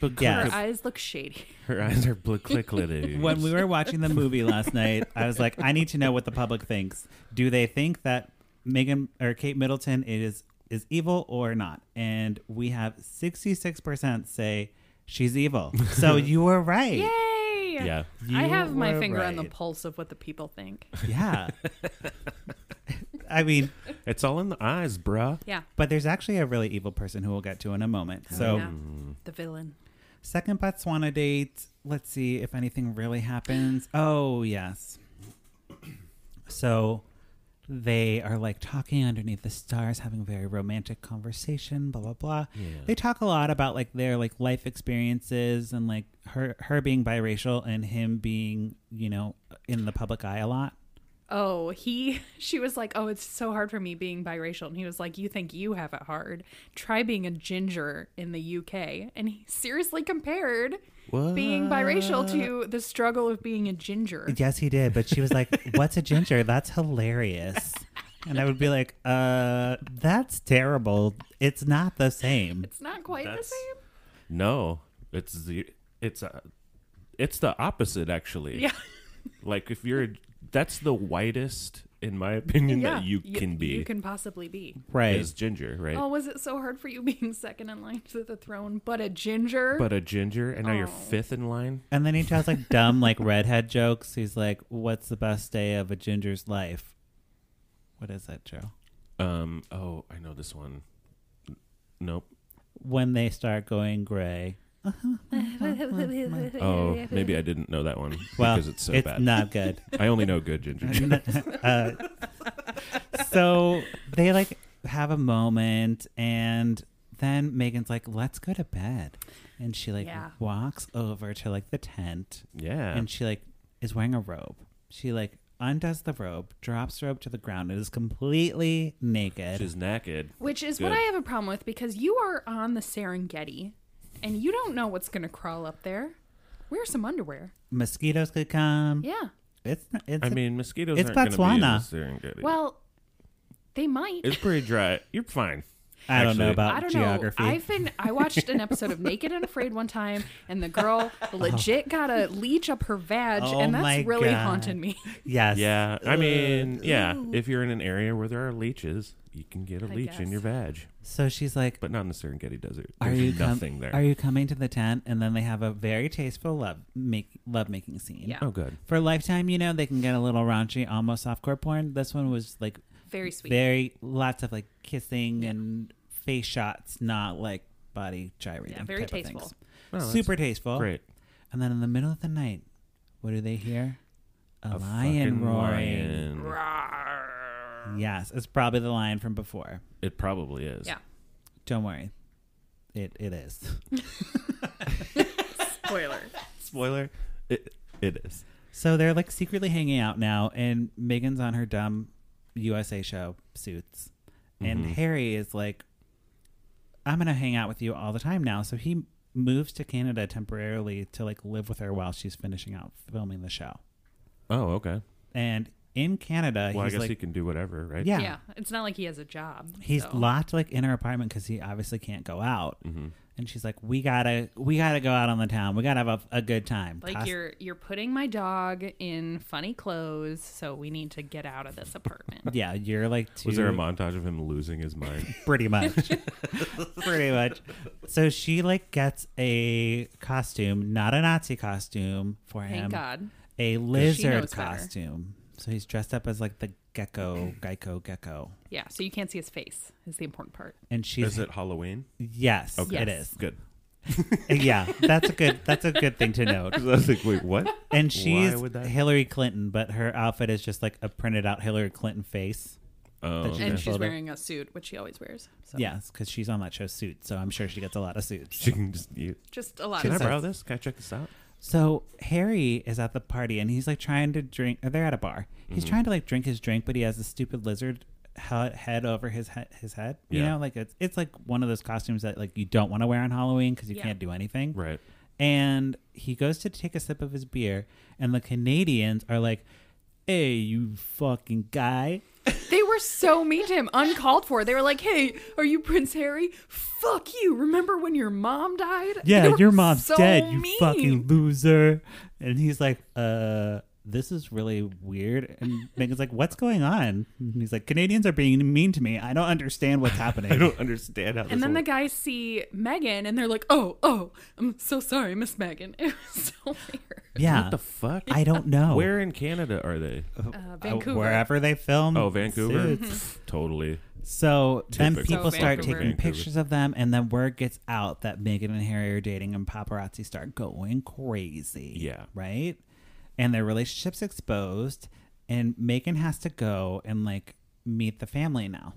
Her
Yes.
eyes look shady.
Her eyes are
[LAUGHS]
blicklicklickly.
when we were watching the movie last night, I was like, I need to know what the public thinks. Do they think that Megan or Kate Middleton is is evil or not? And we have 66% say she's evil. So you were right.
Yay!
Yeah.
You
I have my
were
finger on the
right.
pulse of what the people think.
Yeah. [LAUGHS] I mean,
It's all in the eyes, bruh.
Yeah.
but there's actually a really evil person who we'll get to in a moment. So,
Oh, Yeah. The villain.
second Botswana date. Let's see if anything really happens. Oh, yes. So they are like talking underneath the stars, having a very romantic conversation, blah blah blah. They talk a lot about like their like life experiences and like her her being biracial and him being, you know, in the public eye a lot.
Oh, he. [LAUGHS] She was like, "Oh, it's so hard for me being biracial," and he was like, "You think you have it hard? Try being a ginger in the UK." And he seriously compared being biracial to the struggle of being a ginger.
Yes, he did, but she was
[LAUGHS]
like, "What's a ginger? That's hilarious." And I would be like, "Uh, that's terrible. It's not the same."
It's not quite the
That's-
same.
No, it's the it's uh it's the opposite actually.
Yeah.
Like if you're that's the whitest in my opinion, that you
y-
can be
You can possibly be.
Right.
as Ginger, right?
Oh, was it so hard for you [LAUGHS] being second in line to the throne, but a ginger?
But a Ginger, and now you're
Oh.
fifth in line.
And then he tells like dumb like redhead jokes. He's like, "What's the best day of a ginger's life?" What is that, Joe?
Um. Oh, I know this one. N- Nope.
When they start going gray.
Oh, maybe I didn't know that one
Well,
because it's so bad.
not
[LAUGHS]
good.
I only know
[LAUGHS]
good Ginger.
uh, so they like have a moment, and then Megan's like, "Let's go to bed," and she like
Yeah.
walks over to like the tent,
yeah.
and she like is wearing a robe. She like undoes the robe, drops the robe to the ground, and is completely naked.
She's naked.
Which is what
Good.
I have a problem with because you are on the Serengeti and you don't know what's going to crawl up there. Wear some underwear.
Mosquitoes could come.
Yeah.
It's not, it's
I mean, mosquitoes
it's
aren't going to be in
Botswana.
the Serengeti.
Well, they might.
it's pretty dry. You're fine.
I don't know
actually-
about
I don't
geography.
know. I've been. I watched an episode of Naked and Afraid one time, and
[LAUGHS]
the girl legit got a leech up her vag,
Oh
and
my
that's really
God.
haunted me. [LAUGHS]
Yes.
Yeah. I
Uh,
mean, yeah. If you're in an area where there are leeches, you can get a
I
leech in
guess.
your vag,
So she's like,
but not in the Serengeti Desert.
"Are
There's
you com-
nothing there?
Are you coming to the tent?" And then they have a very tasteful love make love making scene.
Yeah.
oh, good.
For lifetime, you know they can get a little raunchy, almost softcore porn. This one was like
Very sweet.
very lots of like kissing and face shots, not like body gyrating.
Yeah, very
type of
tasteful.
things.
Oh, that's
Super tasteful.
Great.
And then in the middle of the night, what do they hear? A,
A
lion
fucking
roaring.
lion.
Yes, it's probably the lion from before.
It probably is.
Yeah.
Don't worry. It it is.
Spoiler.
[LAUGHS] Spoiler. It, it is.
So they're like secretly hanging out now and Megan's on her dumb USA show suits. And
Mm-hmm.
Harry is like I'm going to hang out with you all the time now. So he moves to Canada temporarily to like live with her while she's finishing out filming the show.
Oh, okay.
And in Canada,
Well, I
he's
guess
like
he can do whatever, right?
yeah.
Yeah. It's not like he has a job.
He's
so.
locked like in her apartment because he obviously can't go out.
Mm-hmm.
And she's like, "We gotta, we gotta go out on the town. We gotta have a, a good time."
Like
Cos-
you're you're putting my dog in funny clothes, so we need to get out of
[LAUGHS]
this apartment.
yeah, you're like too,
Was there a montage of him losing
[LAUGHS]
his mind?
pretty much, pretty much. So she like gets a costume, not a Nazi costume for
Thank
him,
God.
a lizard
knows better.
costume. So he's dressed up as like the gecko, gecko, gecko,
Yeah, so you can't see his face is the important part.
and she's
is it Halloween?
yes,
Okay.
it
Yes.
is.
Good.
yeah, that's a good, that's a good thing to note.
'Cause I was like, wait, what?
And she's
would that-
Hillary Clinton, but her outfit is just like a printed out Hillary Clinton face.
Oh,
That she
And
just
she's
folded.
wearing a suit, which she always wears. So
Yes, because she's on that show Suits, so I'm sure she gets a lot of suits.
she can just. You,
just a lot
can I
of
borrow this? Can I check this out?
So Harry is at the party and he's like trying to drink. uh, They're at a bar. He's
Mm-hmm.
trying to like drink his drink, but he has a stupid lizard he- head over his he- his head. You
Yeah.
know, like it's it's like one of those costumes that like you don't want to wear on Halloween because you
Yeah.
can't do anything.
Right.
and he goes to take a sip of his beer, and the Canadians are like, "Hey, you fucking guy!"
They were so mean to him, uncalled for. They were like, "Hey, are you Prince Harry? Fuck you! Remember when your mom died? [LAUGHS] They
Yeah,
were
your mom's
so
dead, you
mean.
fucking loser. And he's like, "Uh, this is really weird." And Megan's like, "What's going on?" And he's like, "Canadians are being mean to me. I don't understand what's happening."
[LAUGHS] I don't understand how.
And then the guys see Megan, and they're like, "Oh, oh, I'm so sorry, Miss Megan. [LAUGHS] It was so weird."
yeah,
What the fuck?
I don't know.
[LAUGHS] Where in Canada
[LAUGHS]
are they?
Uh,
Uh,
Vancouver.
wherever they film.
Oh, Vancouver.
Suits.
Pff, totally.
So then
Typical
people start
Vancouver.
taking
Vancouver.
pictures of them, and then word gets out that Megan and Harry are dating, and paparazzi start going crazy.
Yeah.
Right? And their relationship's exposed, and Megan has to go and like meet the family now.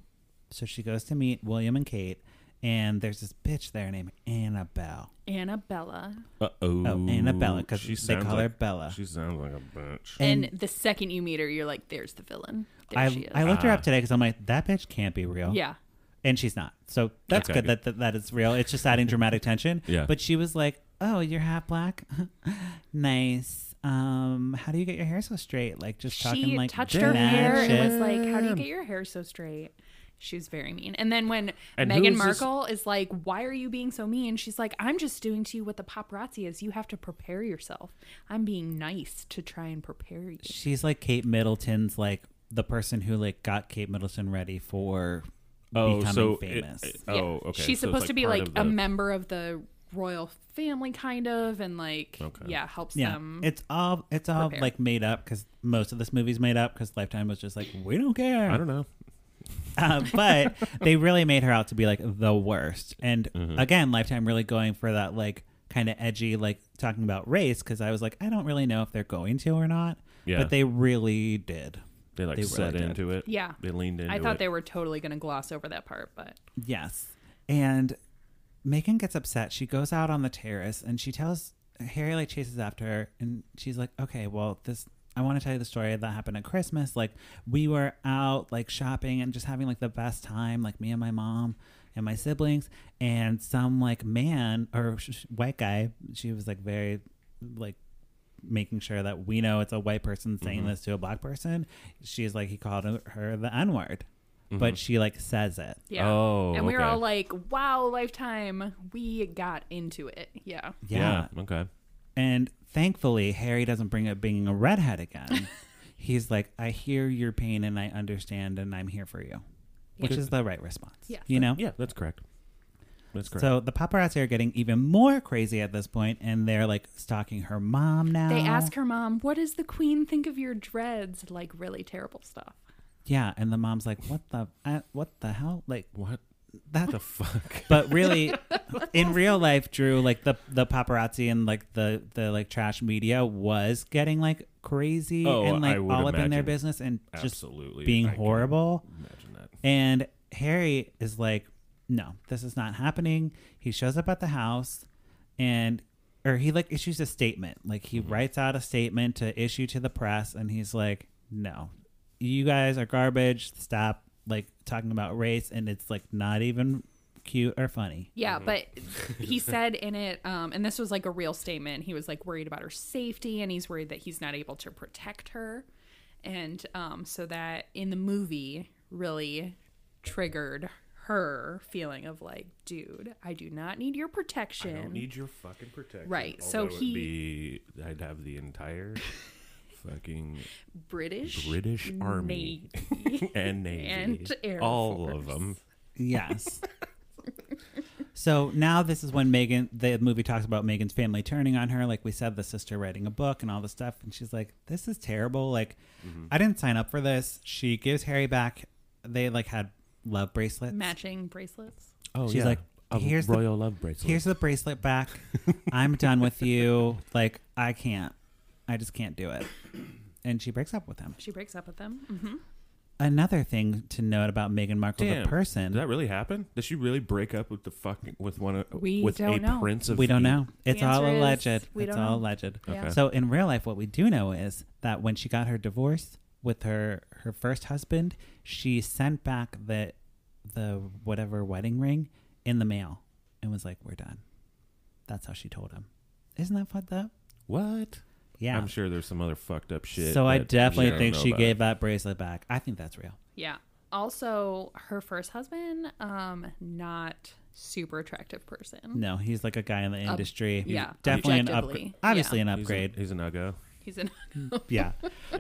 So she goes to meet William and Kate, and there's this bitch there named Annabelle.
Annabella.
Uh oh.
Oh, Annabella, 'cause they call her Bella.
She sounds like a bitch.
And, the second you meet her, you're like, "There's the villain. There she
I,
is."
I looked her
Uh-huh.
up today because I'm like, that bitch can't be real.
yeah,
and she's not. So that's
Okay,
good,
good.
That, that that is real. It's just adding dramatic tension.
[LAUGHS] Yeah.
But she was like, "Oh, you're half black, [LAUGHS] nice. Um, how do you get your hair so straight? Like just talking
she
like
touched her hair
mad
and
shit.
was like, "How do you get your hair so straight?" She was very mean. And then when
And who
Meghan
is this-
Markle is like, "Why are you being so mean?" She's like, "I'm just doing to you what the paparazzi is. You have to prepare yourself. I'm being nice to try and prepare you."
she's like Kate Middleton's like the person who like got Kate Middleton ready for
Oh,
becoming
so it-
famous.
it-
Yeah.
oh, okay.
She's
So it's,
supposed to be
part
like
of
a
the-
member of the royal family, kind of, and like
Okay.
yeah, helps
yeah,
them.
it's all it's all
prepare.
like made up because most of this movie's made up because Lifetime was just like we don't care.
I don't know.
[LAUGHS] uh, but they really made her out to be like the worst. And again, Lifetime really going for that like kind of edgy, like talking about race because I was like, I don't really know if they're going to or not.
Yeah.
But they really did.
They like
They
set
really did.
into it.
Yeah.
They leaned into
I thought
it.
they were totally going to gloss over that part, but
Yes. And Megan gets upset. She goes out on the terrace and she tells Harry like chases after her and she's like, "Okay, well, this I want to tell you the story that happened at Christmas. Like we were out like shopping and just having like the best time, like me and my mom and my siblings and some like man or sh- sh- white guy, she was like very like making sure that we know it's a white person saying this to a black person. She's like he called her the n-word. But she like says it.
yeah.
Oh,
and we were
okay.
all like, "Wow, Lifetime, we got into it." Yeah.
yeah.
Yeah. Okay.
And thankfully, Harry doesn't bring up being a redhead again. He's like, I hear your pain and I understand and I'm here for you, which is the right response.
Yeah.
You know?
Yeah, that's correct. That's correct.
So the paparazzi are getting even more crazy at this point and they're like stalking her mom now.
They ask her mom, "What does the queen think of your dreads?" Like really terrible stuff.
Yeah. And the mom's like, what the, uh, what the hell? Like,
what
that
the fuck? [LAUGHS]
But really, in real life, Drew, like the the paparazzi and like the the like trash media was getting like crazy
Oh,
and like
I would
all up in their
imagine.
business and [LAUGHS]
Absolutely.
just being
I can
horrible.
Imagine that.
And Harry is like, no, this is not happening. He shows up at the house and or he like issues a statement. Like he writes out a statement to issue to the press and he's like, No. You guys are garbage. Stop like talking about race and it's like not even cute or funny.
Yeah,
Mm-hmm.
but
[LAUGHS]
he said in it, um, and this was like a real statement. He was like worried about her safety, and he's worried that he's not able to protect her, and um, so that in the movie really triggered her feeling of like, dude, I do not need your protection.
I don't need your fucking protection.
Right, so
Although it'd
he-
be- I'd have the
[LAUGHS]
entire fucking
British,
British Army [LAUGHS] and Navy,
[LAUGHS] And Air
all of
Force.
them.
Yes. so now this is when Megan, the movie talks about Megan's family turning on her. Like we said, the sister writing a book and all this stuff. And she's like, this is terrible. Like, I didn't sign up for this. She gives Harry back, they like had love bracelets.
matching bracelets.
Oh,
She's yeah. like, A "Here's the- royal
love bracelet.
Here's the bracelet back. I'm done with you. Like, I can't. I just can't do it. And she breaks up with him.
She breaks up with him. hmm
Another thing to note about Meghan Markle,
Damn,
the person.
Did that really happen? Did she really break up with the fucking with one of
We
with
don't
a
know.
prince of
we don't
the-
know. It's
answer
all
is
alleged.
we
it's
don't
all
know.
alleged.
Yeah.
Okay.
So in real life, what we do know is that when she got her divorce with her her first husband, she sent back the the whatever wedding ring in the mail and was like, "We're done." That's how she told him. Isn't that fucked up?
What?
Yeah.
I'm sure there's some other fucked up shit.
so I
that we
definitely
don't
think
know
she
about.
gave that bracelet back. I think that's real.
Yeah. Also, her first husband, um, not super attractive person.
No, he's like a guy in the industry.
Mm-hmm. yeah,
definitely an upgrade.
objectively,
Obviously
yeah.
an
He's an- [LAUGHS]
upgrade.
He's an uggo.
He's [LAUGHS] in.
yeah.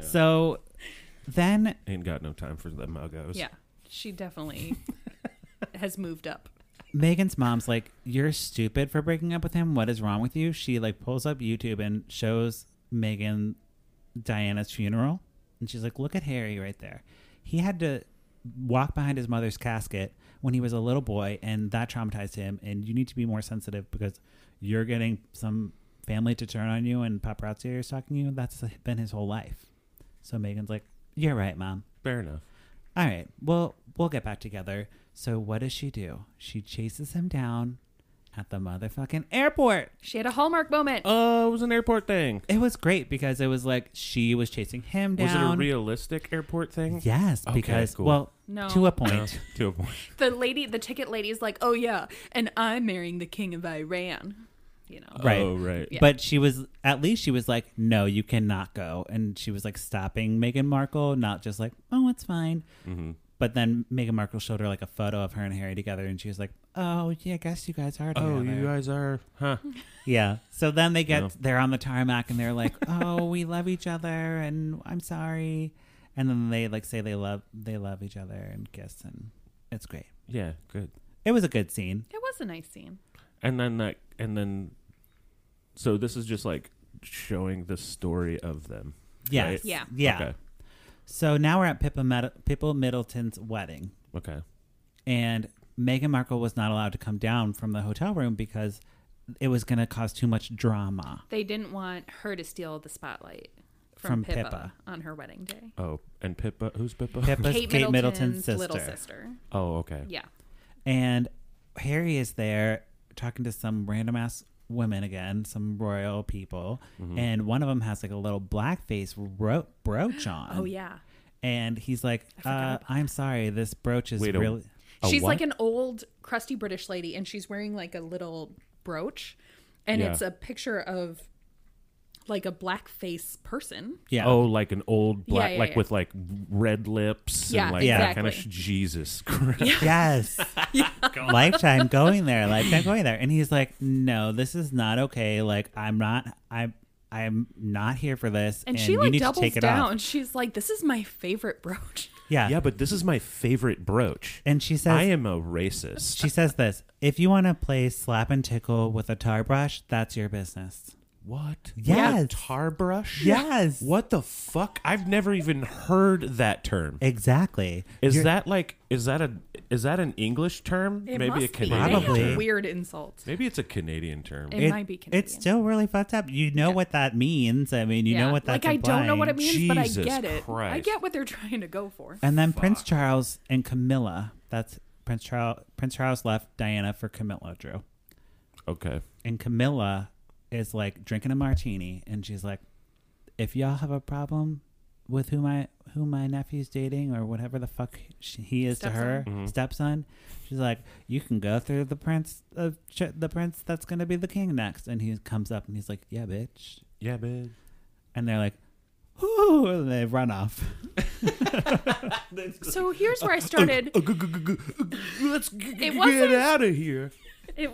So then
Ain't got no time for them uggos.
Yeah,
[LAUGHS]
she definitely has moved up.
Megan's mom's like, "You're stupid for breaking up with him. What is wrong with you?" She like pulls up YouTube and shows Megan Diana's funeral, and she's like, "Look at Harry right there. He had to walk behind his mother's casket when he was a little boy, and that traumatized him. And you need to be more sensitive because you're getting some family to turn on you, and paparazzi are stalking you. That's been his whole life." So Megan's like, "You're right, mom."
Fair enough.
All right. Well, we'll get back together. So what does she do? She chases him down at the motherfucking airport.
She had a hallmark moment.
Oh, it was an airport thing.
It was great because it was like she was chasing him down.
Was it a realistic airport thing?
Yes,
Okay,
because
cool. Oh.
well,
No.
to a
No,
point.
[LAUGHS] to a point.
The lady, the ticket lady, is like, "Oh yeah, and I'm marrying the king of Iran." You know,
Right.
Oh, right.
Yeah.
But she was at least she was like, "No, you cannot go," and she was like stopping Meghan Markle, not just like, "Oh, it's fine."
Mm-hmm.
But then Meghan Markle showed her like a photo of her and Harry together, and she was like, "Oh, yeah, I guess you guys are." Together.
Oh, you guys are,
[LAUGHS]
huh?
Yeah. So then they get
Yeah.
they're on the tarmac and they're like, "Oh, we love each other and I'm sorry." and then they like say they love they love each other and kiss, and it's great.
Yeah, good.
It was a good scene.
It was a nice scene.
And then that, and then, so this is just like showing the story of them.
Yes.
Right?
Yeah.
Yeah.
Okay.
So now we're at Pippa, Med- Pippa Middleton's wedding,
Okay.
and Meghan Markle was not allowed to come down from the hotel room because it was going to cause too much
[LAUGHS]
drama.
They didn't want her to steal the spotlight
From
from, Pippa,
Pippa.
on her wedding day.
Oh, and Pippa. Who's Pippa?
Pippa's Kate, Middleton's,
little
sister.
sister.
oh, okay.
Yeah.
And Harry is there talking to some random ass women again, some royal people, and one of them has like a little blackface ro- brooch on.
Oh yeah.
And he's like,
forgot
uh, "I'm sorry, this brooch is
Wait, a-
really."
A
she's
what?
like an old crusty British lady, and she's wearing like a little brooch, and
Yeah.
it's a picture of like a blackface person.
Yeah.
Oh, like an old black,
yeah,
like
yeah.
with like red lips
Yeah,
and like that kind of sh-
exactly.
Jesus [LAUGHS] Christ.
[LAUGHS]
Yes. lifetime going there, lifetime going there. And he's like, no, this is not okay. Like, I'm not, I'm, I'm not here for this.
And, she
you
like
need
doubles
to take it
down.
off.
She's like, "This is my favorite brooch." [LAUGHS]
Yeah.
Yeah, but this is my favorite brooch.
And she says,
I am a racist.
she says this, if you want to play slap and tickle with a tar brush, that's your business.
What?
Yes.
What, a tar brush?
Yes.
What the fuck? I've never even heard that term.
Exactly.
Is
You're-
that like is that a is that an English term?
It
Maybe
must
a
be. They
Canadian
have
Probably.
term.
weird insults.
Maybe it's a Canadian term.
It might be Canadian.
It's still really fucked up. You know what that means. I mean, you know
Yeah.
what that's
like. I don't know what it
implying.
means,
Jesus
but I get it. I
Christ.
get what they're trying to go for.
And then Prince Charles and Camilla. That's Prince Charles. Prince Charles left Diana for Camilla. Drew.
okay.
and Camilla is like drinking a martini, and she's like, "If y'all have a problem with who my who my nephew's dating or whatever the fuck she, he is to her
Mm-hmm.
stepson," she's like, "You can go through the prince of ch- the prince that's gonna be the king next." And he comes up and he's like, "Yeah, bitch,"
Yeah, man.
and they're like, "Ooh," and they run off.
So here's where I started.
[LAUGHS] Let's g- g- get
wasn't-
out of here.
It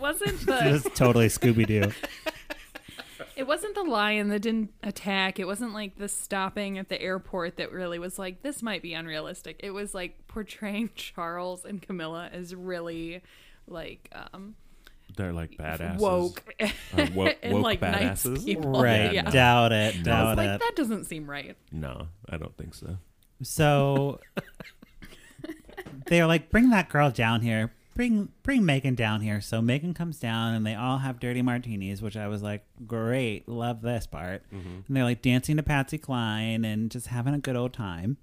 [LAUGHS]
wasn't
It
the
was totally Scooby Doo.
it wasn't the lion that didn't attack. It wasn't like the stopping at the airport that really was like this might be unrealistic. It was like portraying [LAUGHS] Charles and Camilla as really like um
They're like badasses.
woke
Or wo- woke
and like nice
badasses.
people.
[LAUGHS] Right?
Yeah.
Doubt it.
I was
Doubt
[LAUGHS] like
it.
that doesn't seem right.
No, I don't think so.
So they're like, bring that girl down here. Bring bring Megan down here. So Megan comes down and they all have dirty martinis, which I was like, great, love this part. And they're like dancing to Patsy Cline and just having a good old time.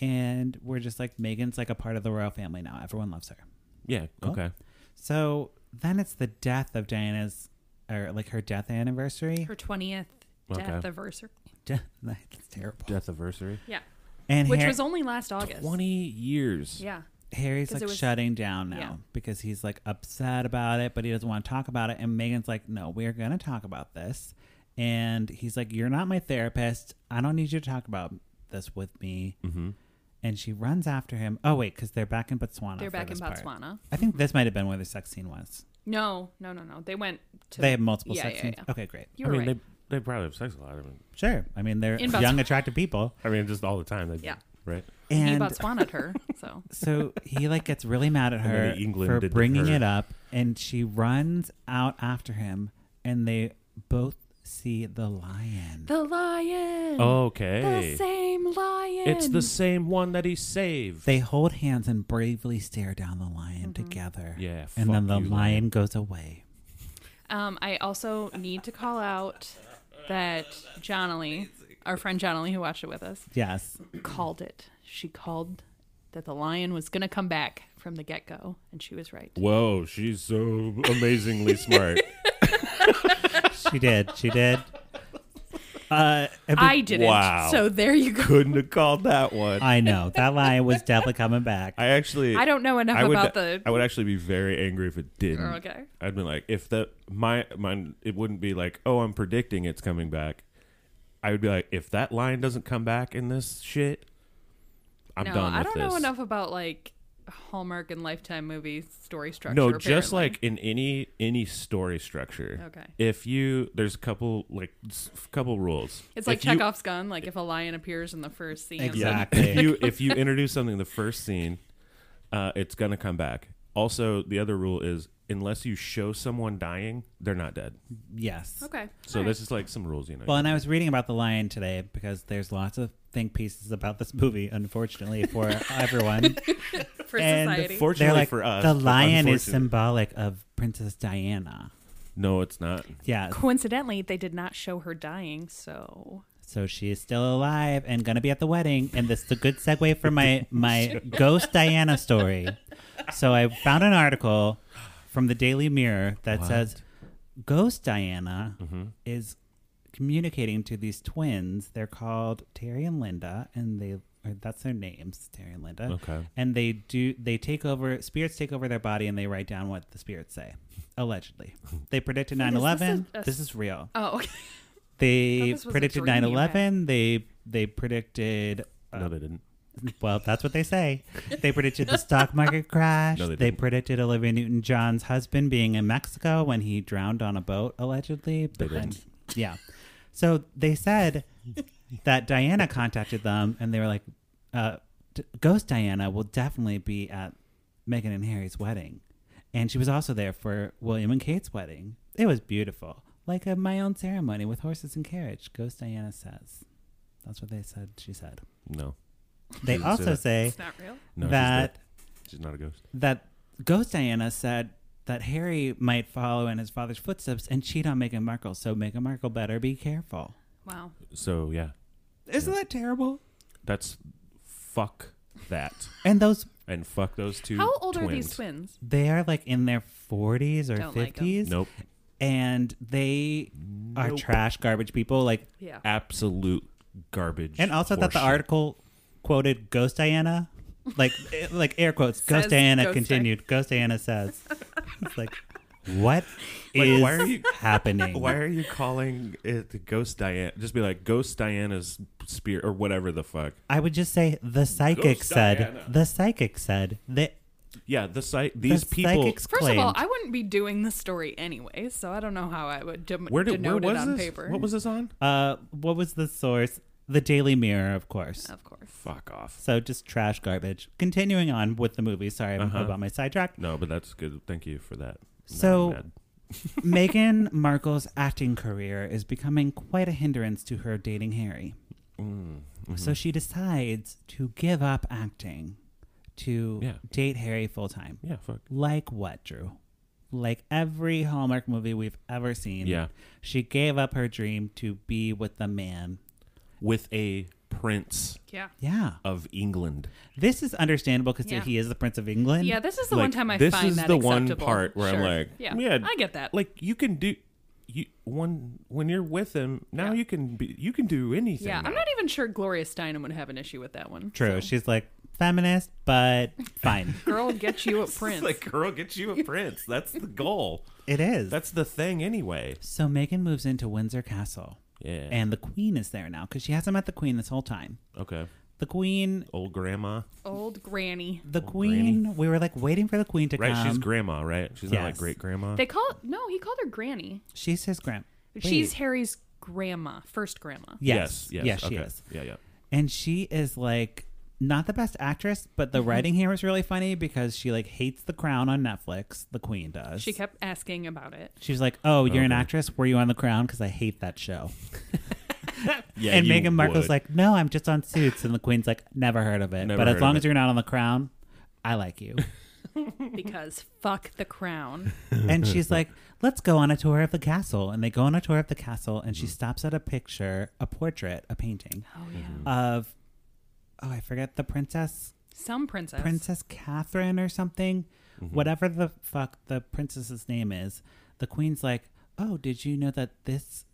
And we're just like, Megan's like a part of the royal family now. Everyone loves her.
Yeah. Okay.
So then it's the death of Diana's, or like her death anniversary.
Her 20th
Okay.
death anniversary.
death, [LAUGHS] that's terrible.
Death anniversary.
Yeah.
And
Which
Har-
was only last August.
Twenty years.
Yeah.
Harry's
'Cause
like
it was-
shutting down now
yeah.
because he's like upset about it, but he doesn't want to talk about it. And Megan's like, no, we're going to talk about this. And he's like, you're not my therapist. I don't need you to talk about this with me. Mm-hmm. And she runs after him. Oh, wait, because they're back in Botswana.
They're
for
back in
this part.
Botswana.
I think this might have been where the sex scene was.
No, no, no, no. They went to
They have multiple Oh,
Yeah,
sex
yeah,
scenes.
yeah.
Okay, great.
You
I
were
mean,
right.
they they probably have sex a lot. I mean,
Sure. I mean, they're
In
young,
Botswana.
attractive people.
I mean, just all the time. They,
Yeah.
Right.
he
And [LAUGHS]
Botswanaed her, so
so he like gets really mad at
And
her
then England
for
did to
bringing
her.
it up and she runs out after him and they both see the lion
the lion.
Okay.
Mm. The same lion.
It's the same one that he saved.
they hold hands and bravely stare down the lion
Mm-hmm.
together
Yeah,
and then
fuck
the
you,
lion,
lion.
goes away
Um, I also need to call out that Jonally, our friend Jonally, who watched it with us,
yes
called it. She called that the lion was gonna come back from the get go, and she was right.
Whoa, she's so amazingly smart.
she did she
[LAUGHS]
did uh and be-
I didn't.
Wow.
So there you go.
Couldn't have called that one. I,
I know that lion was definitely coming
[LAUGHS]
back
actually,
I don't know enough
I would,
about the-
I would actually be very angry if it didn't.
Oh, okay.
I'd be like, if the my mine, it wouldn't be like, oh, I'm predicting it's coming back. I would be like, if that line doesn't come back in this shit, I'm
no,
done with
I don't
this.
know enough about like Hallmark and Lifetime movie story structure.
No, just
apparently.
like in any any story structure.
Okay.
If you there's a couple like s- couple rules.
it's like
If you-
Chekhov's gun. Like if a lion appears in the first scene, it's like, [LAUGHS]
Exactly.
if you if you introduce something in the first scene, uh, it's gonna come back. Also, the other rule is unless you show someone dying, they're not dead.
yes.
okay.
So
all right.
this is like some rules, you know.
Well, and I was reading about the lion today because there's lots of think pieces about this movie, unfortunately,
[LAUGHS]
for everyone.
for
and
society.
They're
Fortunately
like,
for us,
the
but
lion is
unfortunately-
symbolic of Princess Diana.
no, it's not.
Yeah,
Coincidentally, they did not show her dying, so
so she is still alive and gonna be at the wedding, and this is a good segue for my my ghost Diana story. So I found an article from the Daily Mirror that says ghost Diana is communicating to these twins. They're called Terry and Linda, and they or that's their names, Terry and Linda.
Okay.
and they do they take over spirits take over their body and they write down what the spirits say allegedly they [LAUGHS] predicted 9-11
a- a-
this is real
oh, [LAUGHS] okay.
they
this was a
predicted
dream you
9-11. they they predicted
No, they didn't.
well that's what they say they predicted the stock market crash
No, they
they,
didn't.
predicted olivia newton-john's husband being in mexico when he drowned on a boat allegedly but then-
didn't.
yeah so they said that diana contacted them and they were like uh, D- ghost diana will definitely be at megan and harry's wedding and she was also there for william and kate's wedding it was beautiful like a my own ceremony with horses and carriage ghost diana says that's what they said she said
No,
they
Didn't say
also
that.
say
it's not real.
no, she's
that
dead. she's not a ghost.
that Ghost Diana said that Harry might follow in his father's footsteps and cheat on Meghan Markle. So Meghan Markle better be careful.
Wow.
So yeah,
Isn't that terrible?
that's fuck that
And those
and fuck those two.
How old are these twins?
they are like in their 40s or
Don't like 'em.
50s
Nope,
and they are
Nope.
trash garbage people like
Yeah.
absolute garbage.
and also that the
horseshit.
article quoted Ghost Diana
[LAUGHS]
like eh, like air quotes Ghost
Says
Diana
Ghost
continued Ghost Diana says
[LAUGHS]
it's like what
Like,
is
why are you-
happening
[LAUGHS] Why are you calling it the Ghost Diana? Just be like Ghost Diana's spirit or whatever the fuck.
I would just say the psychic
Ghost
said.
Diana.
The psychic said that
Yeah, the site. These
the
people.
Psychics
First of all,
claimed-
I wouldn't be doing this story anyway, so I don't know how I would de-
where did where
denote
was
it on
this?
paper.
What was this on?
uh, what was the source? The Daily Mirror, of course.
Of course.
Fuck off.
So just trash garbage. Continuing on with the movie. Sorry
Uh-huh.
about my sidetrack.
No, but that's good. Thank you for that.
So-
[LAUGHS] Not bad.
Meghan Markle's acting career is becoming quite a hindrance to her dating Harry.
Mm, mm-hmm.
So she decides to give up acting to
Yeah.
date Harry full time.
yeah, fuck.
Like what, Drew? Like every Hallmark movie we've ever seen.
Yeah.
She gave up her dream to be with the man.
With a prince
Yeah.
Yeah.
of England.
This is understandable because
Yeah.
he is the Prince of England.
Yeah, this is the
Like,
one time I
this
find
is
that
the one
acceptable.
part where
Sure.
I'm like,
yeah,
yeah,
I get that.
Like you can do, you one when you're with him now
Yeah.
you can be you can do anything.
yeah, I'm
now.
not even sure Gloria Steinem would have an issue with that one.
[LAUGHS]
True. She's like feminist, but
[LAUGHS]
fine.
Girl, get you a prince.
It's like girl, get you a prince. That's the goal.
it is.
That's the thing anyway.
so Megan moves into Windsor Castle.
Yeah.
And the Queen is there now because she hasn't met the Queen this whole time.
Okay.
The Queen,
Old grandma.
Old granny.
the
Oh, granny.
Queen, we were like waiting for the Queen to
Right?
come.
She's grandma, right? She's not like
Um, yes.
great grandma.
They call no, he called her granny.
She's his grand.
She's
Wait.
Harry's grandma, first grandma.
Yes. Yes,
Yes.
she
okay.
is.
Yeah. Yeah.
and she is like not the best actress, but
Mm-hmm.
the writing here was really funny because she like hates the crown on Netflix. The queen does.
She kept asking about it.
She's like, "Oh, you're an
Okay.
actress. Were you on the crown? Because I hate that show."
Yeah.
and
you
Meghan Markle's
would.
like, "No, I'm just on Suits." And the queen's like, "Never heard of it.
Never
but as
heard of
long as
it."
you're not on the crown, I like
[LAUGHS]
you."
because fuck the crown.
and she's like, "Let's go on a tour of the castle." And they go on a tour of the castle, and
Mm.
she stops at a picture, a portrait, a painting
Oh yeah,
Mm.
of, oh, I forget the princess
some princess.
Princess Catherine or something,
Mm-hmm.
whatever the fuck the princess's name is, the queen's like, oh, did you know that this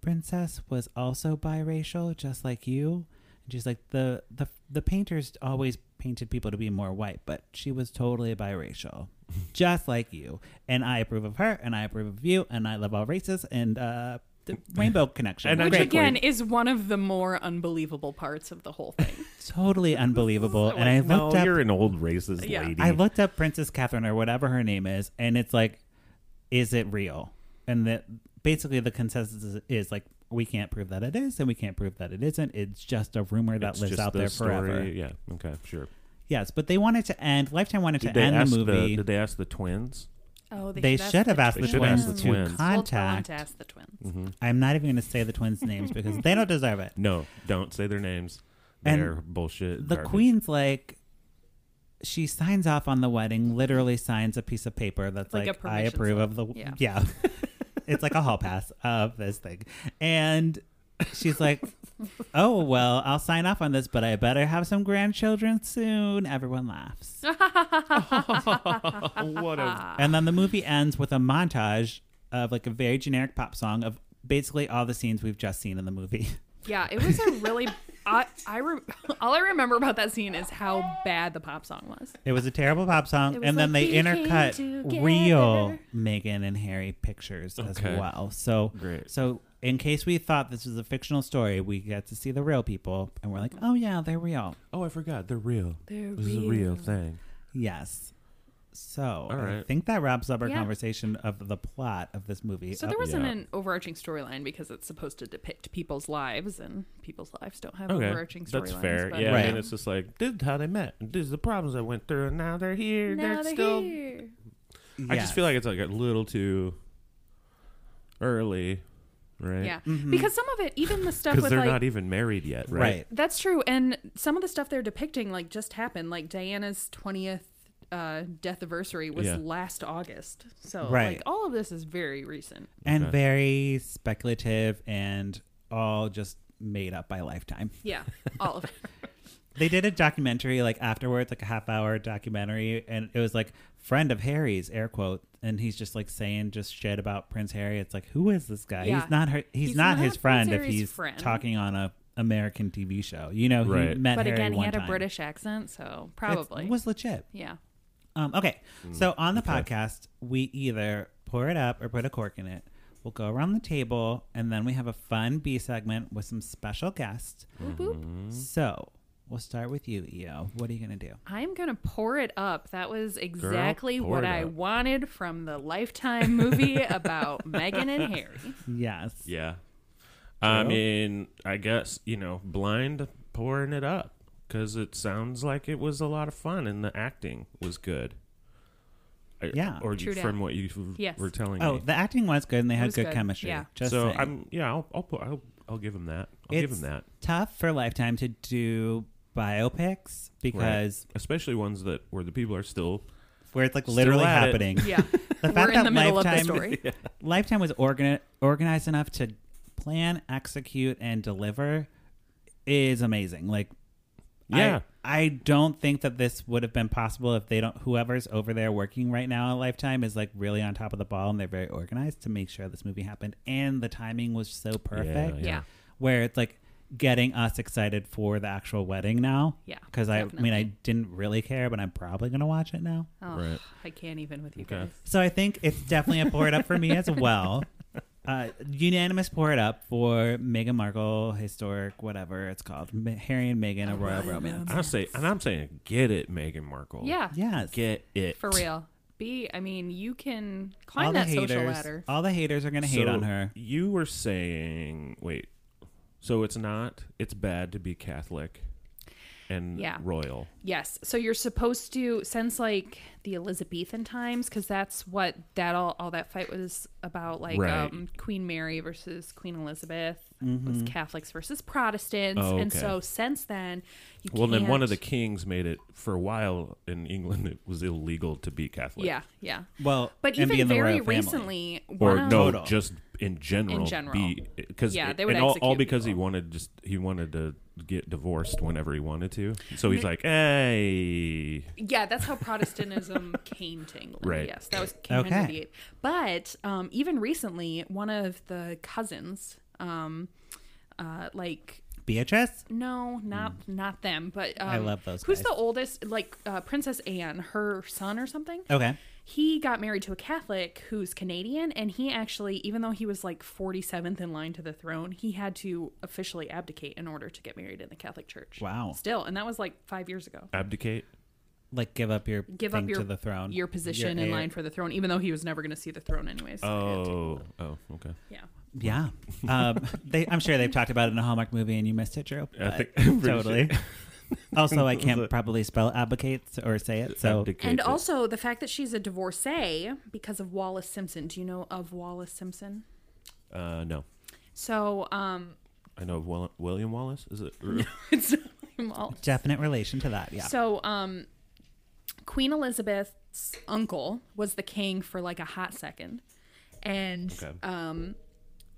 princess was also biracial, just like you? And she's like, the the the painters always painted people to be more white, but she was totally
[LAUGHS]
biracial, just like you. And I approve of her, and I approve of you, and I love all races, and uh,
[LAUGHS]
the rainbow connection.
And I
Great.
Which
Exactly.
again is one of the more unbelievable parts of the whole thing.
[LAUGHS]
totally unbelievable. and I
no,
looked up
you're an old racist
Yeah.
lady.
I looked up Princess Catherine or whatever her name is, and it's like, is it real? And that basically the consensus is, is like, we can't prove that it is, and we can't prove that it isn't. It's just a rumor that
It's
lives
just
out
the
there
story.
forever.
Yeah. Okay. Sure.
Yes, but they wanted to end. Lifetime wanted
Did
to
they
end
ask
the movie.
did they ask the twins?
Oh,
they should have asked the
They should ask
twins
the
to
twins. Mm-hmm. Well,
Well, tell 'em
contact.
to ask the twins.
I'm not even going to say the twins' names because they don't deserve it.
No. Don't say their names.
And
They're bullshit.
the
garbage.
queen's like she signs off on the wedding literally signs a piece of paper that's
Like
like,
a
i
permission
approve
slip.
of the yeah, [LAUGHS]
Yeah.
it's like a hall pass of this thing and she's
[LAUGHS]
like oh well i'll sign off on this but i better have some grandchildren soon everyone
[LAUGHS]
laughs
[LAUGHS] What a
and then the movie ends with a montage of like a very generic pop song of basically all the scenes we've just seen in the movie [LAUGHS]
Yeah, it was a really. I, I re, [LAUGHS] all I remember about that scene is how bad the pop song was.
It was a terrible pop song,
It was
and then
like
they
we came
intercut
together.
real Meghan and Harry pictures as
Okay.
well. So,
Great.
so in case we thought this was a fictional story, we get to see the real people, and we're like, oh yeah, they're real.
Oh, I forgot. They're real.
They're
this is a real
real.
thing.
Yes. So I
right.
think that wraps up our
Yeah.
conversation of the plot of this movie.
So
Uh,
there wasn't
yeah.
an overarching storyline because it's supposed to depict people's lives, and people's lives don't have
Okay.
overarching storylines.
That's fair.
but-
Yeah.
Right.
And it's just like, this is how they met. and This is the problems I went through. And now they're here.
Now they're
still.
here.
I just
yes.
feel like it's like a little too early, right?
Yeah,
Mm-hmm.
because some of it, even the stuff
Because
with
they're
like
not even married yet, right?
right.
That's true. And some of the stuff they're depicting like just happened. Like Diana's 20th uh, death anniversary was
Yeah.
last August. So
Right.
like all of this is very recent.
and
Okay.
very speculative and all just made up by Lifetime.
Yeah. All of it.
They did a documentary like afterwards, like a half hour documentary, and it was like friend of Harry's air quote, and he's just like saying just shit about Prince Harry. It's like who is this guy?
Yeah.
He's not her. He's,
He's
not,
not
his
Prince
friend if
Harry's
he's
friend.
talking on a American TV show. You know, he
Right.
met
But
Harry
again, he
one
had a
time.
British accent, so
It
probably.
was legit.
yeah.
Um, okay, so on the podcast, we either pour it up or put a cork in it. We'll go around the table, and then we have a fun B segment with some special guests.
Boop, boop.
So we'll start with you, EO. What are you gonna do?
I'm going to pour it up. That was exactly
pour
what
it
I
up.
wanted from the Lifetime movie about Meghan and Harry.
Yes.
Yeah. I mean, I guess, you know, blind pouring it up because it sounds like it was a lot of fun and the acting was good. I-
Yeah.
Or
True
you- from
dat.
what you
Yes.
were telling
Oh,
me.
the acting was good, and they had
was
good,
good,
chemistry.
yeah.
Just
so
saying.
I'm, yeah, I'll, I'll, put, I'll, I'll give him that. I'll give
It's
him that.
tough for Lifetime to do biopics because
Especially ones that where the people are still.
where it's like
Still
literally
at it.
happening.
Yeah.
The
We're
fact
in
that
the middle of the
Lifetime-
[LAUGHS]
story.
[LAUGHS] Lifetime was organi- organized enough to plan, execute, and deliver is amazing. Like, I-
Yeah.
I, don't think that this would have been possible if they don't. Whoever's over there working right now at Lifetime is like really on top of the ball, and they're very organized to make sure this movie happened. And the timing was so perfect.
Yeah.
Yeah.
where it's like getting us excited for the actual wedding now.
Yeah,
Because I mean, I
definitely.
didn't really care, but I'm probably going to watch it now.
Oh,
Right.
I can't even with you
Okay.
guys.
So I think it's definitely a pour it up for me
[LAUGHS]
as well. Uh, unanimous pour it up for Meghan Markle, historic, whatever it's called. Ma- Harry and Meghan, a royal romance.
Oh, I say, and I'm saying, get it, Meghan Markle.
Yeah.
Yes.
Get it.
For real. B, I mean, you can
all
climb
the
that social
haters,
ladder.
all the haters are going to hate
So,
on her.
You were saying, wait, so it's not, it's bad to be Catholic and
Yeah.
royal.
Yes. So you're supposed to since like the Elizabethan times cuz that's what that all all that fight was about like
Right. Mm-hmm.
um Queen Mary versus Queen Elizabeth was Catholics versus Protestants
Oh,
and
okay.
so since then you
Well,
can't
then one of the kings made it for a while in England. It was illegal to be Catholic.
Yeah, yeah.
Well,
But
and be
even
in the
very
royal family.
recently
Or
one of-
no,
Total.
just in general.
In general.
because
Yeah, they would
and all, all
execute
because he
people.
wanted just he wanted to get divorced whenever he wanted to. So he's like, hey,
Yeah, that's how Protestantism [LAUGHS] came to England.
Right.
Yes, that was King
Okay.
Henry VIII. But um, even recently, one of the cousins, um, uh, like
Beatrice?
no, not not them, but um,
Hmm. love those
Who's
guys.
the oldest? Like uh, Princess Anne, her son or something.
Okay.
he got married to a Catholic who's Canadian, and he actually, even though he was like 47th in line to the throne, he had to officially abdicate in order to get married in the Catholic Church.
Wow.
Still, and that was like five years ago.
Abdicate.
Like give up your
Give
thing
up your
to the throne.
your position
Your
in
heir.
line for the throne, even though he was never going to see the throne anyways. so he had to.
Oh. Oh. Okay.
yeah.
Yeah. [LAUGHS] Um, they, I'm sure they've talked about it in a Hallmark movie and you missed it, Drew.
I
but
think- I'm pretty
totally.
[LAUGHS]
also, I can't probably spell abdicate or say it. So
Abdicate
And
it.
also the fact that she's a divorcee because of Wallace Simpson. Do you know of Wallace Simpson?
Uh, no.
So, um,
I know of Wal- William Wallace. Is it?
it's not William Wallace.
definite relation to that. Yeah.
So, um, Queen Elizabeth's uncle was the king for like a hot second, and
Okay.
um,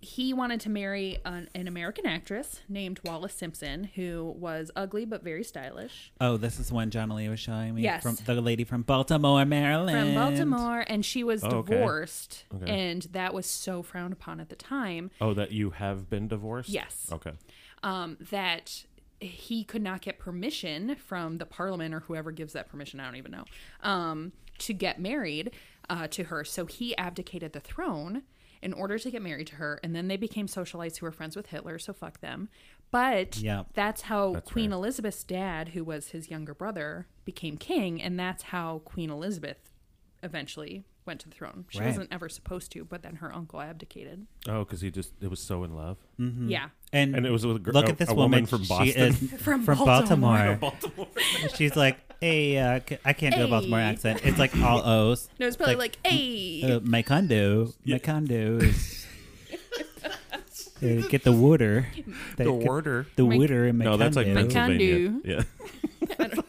he wanted to marry an, an American actress named Wallace Simpson, who was ugly but very stylish
oh, this is one John Lee was showing me.
Yes.
From the lady from Baltimore, Maryland.
from Baltimore, and she was
Oh, okay.
divorced,
Okay.
and that was so frowned upon at the time.
oh, that you have been divorced.
Yes.
Okay.
um, that he could not get permission from the parliament or whoever gives that permission, I don't even know, um, to get married uh, to her. So he abdicated the throne in order to get married to her. And then they became socialites who were friends with Hitler, so fuck them. But
Yeah.
that's how Queen
right.
Elizabeth's dad, who was his younger brother, became king. And that's how Queen Elizabeth eventually went to the throne. She
Right.
wasn't ever supposed to, but then her uncle abdicated.
Oh, because he just it was so in love.
Yeah.
And,
And it was with a gr-
look
a-
at this
a
woman,
woman from
She
Boston.
is
[LAUGHS]
From
from,
Baltimore.
Baltimore. She's like, hey, uh, c- I can't do a Baltimore
Hey.
accent. It's like all O's.
No, it's probably like, hey.
Uh, my condo, my condo
[LAUGHS]
is uh, get the water.
The order.
the
My-
water in my
No, that's like
condo.
Pennsylvania.
Macondo.
[LAUGHS]
Yeah.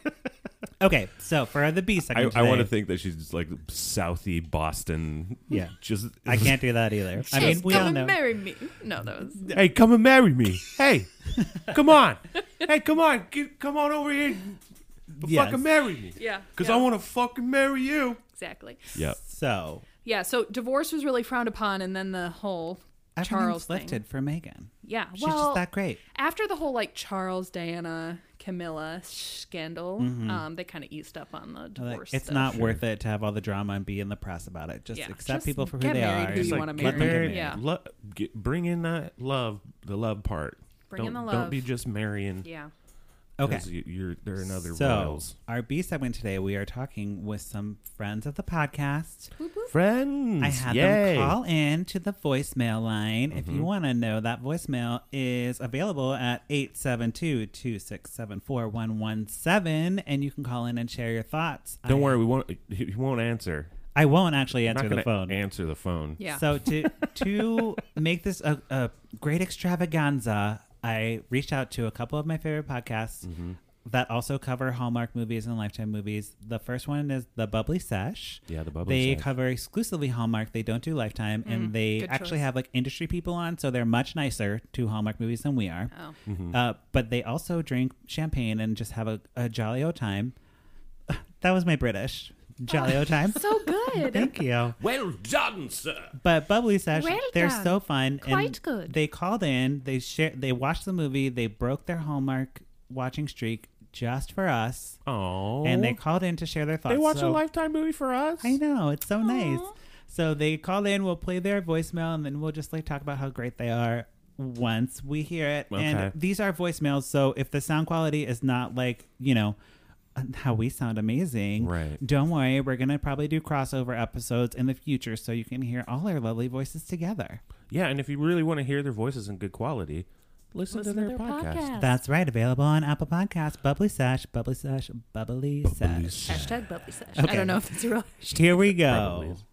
Okay, so for the B
I,
section,
I want to
today-
think that she's just like southy Boston.
Yeah.
Just
I can't do that either. I
Yes,
mean, we
come
all
and
know.
marry me. No, that was
Hey, come and marry me. Hey, come on. Hey, come on. Get, come on over here. and
Yes.
Fucking marry me.
Yeah,
Because
yeah.
I want to fucking marry you.
exactly.
Yep.
So
Yeah, so divorce was really frowned upon, and then the whole
everything's
Charles thing.
lifted for Megan.
Yeah,
she's
well,
just that great.
after the whole like Charles, Diana, Camilla scandal, um, they kind of eased up on the
Mm-hmm. Like,
divorce.
it's
stuff.
not worth it to have all the drama and be in the press about it. Just
Yeah,
accept
just
people for who
get
they
married
are.
who you
Just
wanna
let them get
marry. Married,
married.
yeah.
Lo- get, bring in that love, the love part.
Bring in
Don't-
the love.
Don't be just marrying.
Yeah,
Okay.
'cause You, you're there are another
So
royals.
our B segment today, we are talking with some friends of the podcast.
Friends.
I had
Yay. Mm-hmm.
them call in to the voicemail line. If you want to know, that voicemail is available at 872 267 4117, and you can call in and share your thoughts.
Don't
I,
worry, we won't. He he won't answer.
I won't actually
I'm not
answer the
gonna
phone.
Answer the phone.
yeah.
So, to,
[LAUGHS]
to make this a, a great extravaganza, I reached out to a couple of my favorite podcasts.
Mm-hmm.
That also cover Hallmark movies and Lifetime movies. The first one is the Bubbly Sesh.
Yeah, The Bubbly
They
Sesh.
cover exclusively Hallmark. They don't do Lifetime, and they
Mm, good
actually
choice.
have like industry people on, so they're much nicer to Hallmark movies than we are.
oh,
Mm-hmm.
Uh, but they also drink champagne and just have a, a jolly old time. [LAUGHS] that was my British jolly old time.
[LAUGHS] so
[LAUGHS]
good.
Thank you.
Well done, sir.
But bubbly sesh,
Well
they're
done.
so fun.
Quite
and
good.
They called in. They share. They watched the movie. They broke their Hallmark watching streak just for us,
Oh.
and they called in to share their thoughts.
They watch
So-
a Lifetime movie for us.
I know it's so nice. So they call in. We'll play their voicemail, and then we'll just like talk about how great they are once we hear it.
Okay.
And these are voicemails, so if the sound quality is not like you know how we sound amazing,
Right.
Don't worry, we're gonna probably do crossover episodes in the future, so you can hear all our lovely voices together.
Yeah, and if you really want to hear their voices in good quality, listen, to their, podcast.
That's right. Available on Apple Podcasts. Bubbly sash, bubbly sash, bubbly, sash.
Hashtag bubbly sesh. I don't know if that's a real.
Here we
Probably
go.
is.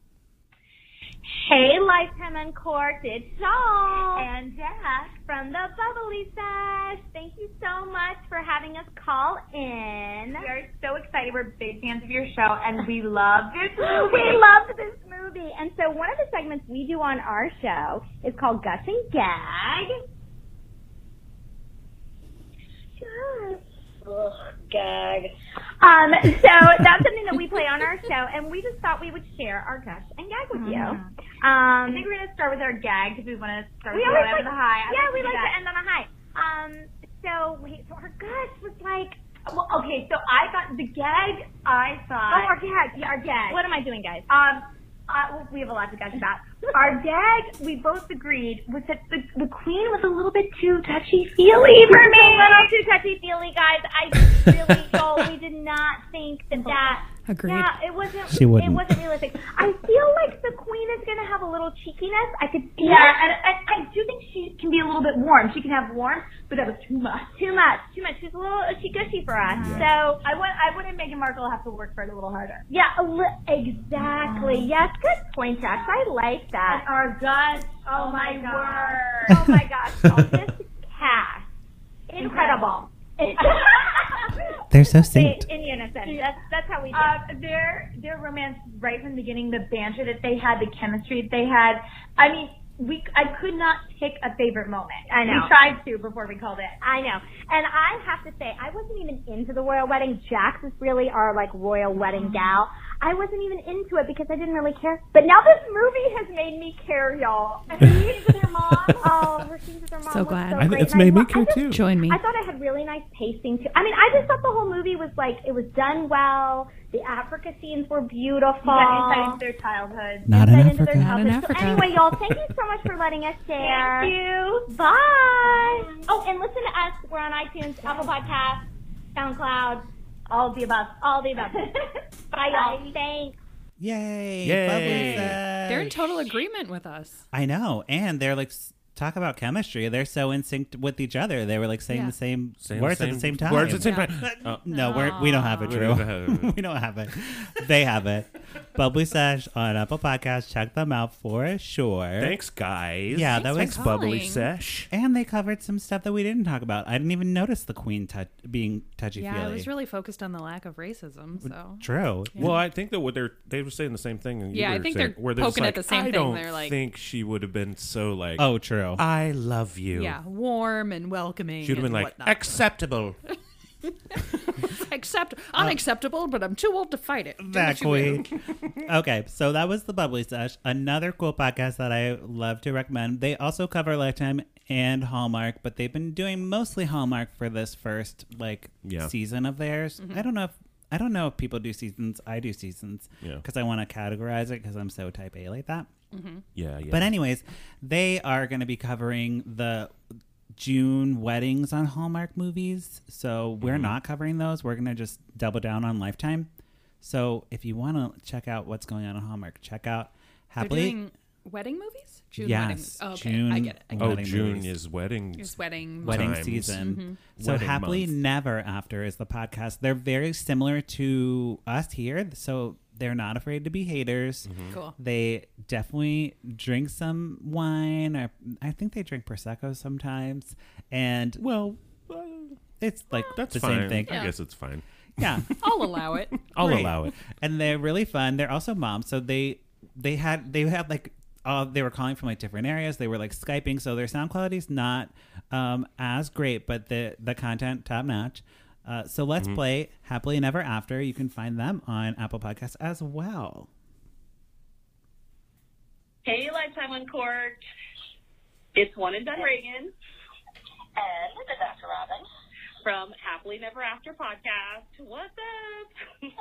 Hey, Lifetime Uncorked, it's Shaw and Jack from the Bubbly Sesh. Thank you so much for having us call in.
We are so excited. We're big fans of your show, and we love this movie.
[GASPS] We loved this movie, and so one of the segments we do on our show is called Gush and Gag. Ugh, gag. Um, so that's something that we play on our show, and we just thought we would share our gush and gag with you.
Mm-hmm.
Um,
I think we're gonna start with our gag because we want to start
we
with
always
low
like
and the high. I
Yeah, we
do
like
that.
to end on a high. Um, so wait, so our gush was like,
Well, okay, so I thought the gag I
oh, our
thought
gag. yeah, our gag. What am I doing, guys? Um, uh, we have a lot to gush [LAUGHS] about. Our gag, we both agreed, was that the, the queen was a little bit too touchy feely for me. A little too touchy feely, guys. [LAUGHS] I really hope we did not think that that.
Agreed.
Yeah, it wasn't.
She wouldn't.
It wasn't realistic. I feel like the queen is gonna have a little cheekiness. I could. Yeah, and, and I do think she can be a little bit warm. She can have warm, but that was too much. Too much. Too much. She's a little uh, she gushy for us. So I want. I wouldn't Meghan Markle have to work for it a little harder. Yeah. a li- exactly. Yes. Good point, Jax. I like that. our guts. Oh, my word. Oh my gosh. Oh, this cast. Incredible.
They're so synced.
In unison. That's that's how we do.
Uh, their their romance right from the beginning, the banter that they had, the chemistry that they had. I mean, we I could not pick a favorite moment.
I know.
We tried to before we called it.
I know. And I have to say, I wasn't even into the royal wedding. Jax is really our like royal wedding gal. I wasn't even into it because I didn't really care. But now this movie has made me care, y'all. And her scenes with her mom. Oh, her scenes with her mom.
So
was
glad.
So
I
I
great.
think it's
And I
made me
lo- I
care
just-
too.
Join me.
I thought it had really nice pacing too. I mean, I just thought the whole movie was like it was done well. The Africa scenes were beautiful.
Insight into their childhood.
Not in
Insight into
Africa.
their
Not in
culture. So
Africa.
anyway, y'all, thank you so much for letting us share.
Thank you.
Bye. Oh, and listen to us. We're on iTunes, Apple Podcasts, SoundCloud, all of the above. All of the
[LAUGHS]
above. Bye, y'all. Thanks.
Yay!
Yay.
Publicized.
They're in total agreement with us.
I know, and they're like s- talk about chemistry. They're so in sync with each other. They were like saying
Yeah.
the same,
Same-
words at the same time.
Words at the same time. Oh.
No, we're, we don't have it,
We
Drew.
don't have
[LAUGHS]
it.
we don't have it. They have it. Bubbly Sash on Apple Podcasts. Check them out for sure.
Thanks, guys.
Yeah, that
Thanks
was.
for
bubbly
calling.
sesh.
And they covered some stuff that we didn't talk about. I didn't even notice the Queen touch being touchy
Yeah,
feely.
I was really focused on the lack of racism. So
True.
Well, I think that what they're they were saying the same thing. that you
Yeah, I
were
think
saying,
they're
where just
poking at
like,
the same
I
thing.
Don't
They're like-
think she would have been so like,
Oh, true.
I love you.
yeah, warm and welcoming.
she would have been
and
like
whatnot. [LAUGHS]
acceptable.
uh,
Accept unacceptable, but I'm too old to fight it. Do
that
what you will.
quick.
[LAUGHS]
okay, so that was the Bubbly Sesh, another cool podcast that I love to recommend. They also cover Lifetime and Hallmark, but they've been doing mostly Hallmark for this first like
Yeah.
season of theirs.
Mm-hmm.
I don't know if I don't know if people do seasons. I do seasons
Yeah.
because I want to categorize it because I'm so type A like that.
Yeah, yeah.
But anyways, they are going to be covering the June weddings on Hallmark movies. So
Mm-hmm.
we're not covering those. We're going to just double down on Lifetime. So if you want to check out what's going on on Hallmark, check out
They're
Happily.
doing wedding movies. June
Yes,
weddings. Oh, okay,
June
I get it. I get
oh,
wedding
June
movies.
is wedding.
it. It's wedding.
wedding
times.
season. So
Wedding
happily
month.
never after is the podcast. They're very similar to us here, so they're not afraid to be haters.
Mm-hmm.
Cool.
They definitely drink some wine, or I think they drink prosecco sometimes, and
Well, uh,
it's like
that's
the
fine.
same thing.
I guess it's fine.
Yeah,
I'll allow it.
I'll
Right.
allow it.
and they're really fun. They're also moms, so they they had they had like uh, they were calling from like different areas. They were like skyping, so their sound quality is not um, as great, but the the content top notch. Uh, so let's play happily and ever after. You can find them on Apple Podcasts as well.
Hey, Lifetime Uncorked. It's one and done Reagan
And this is Dr. Robin.
from Happily Never After podcast. What's up?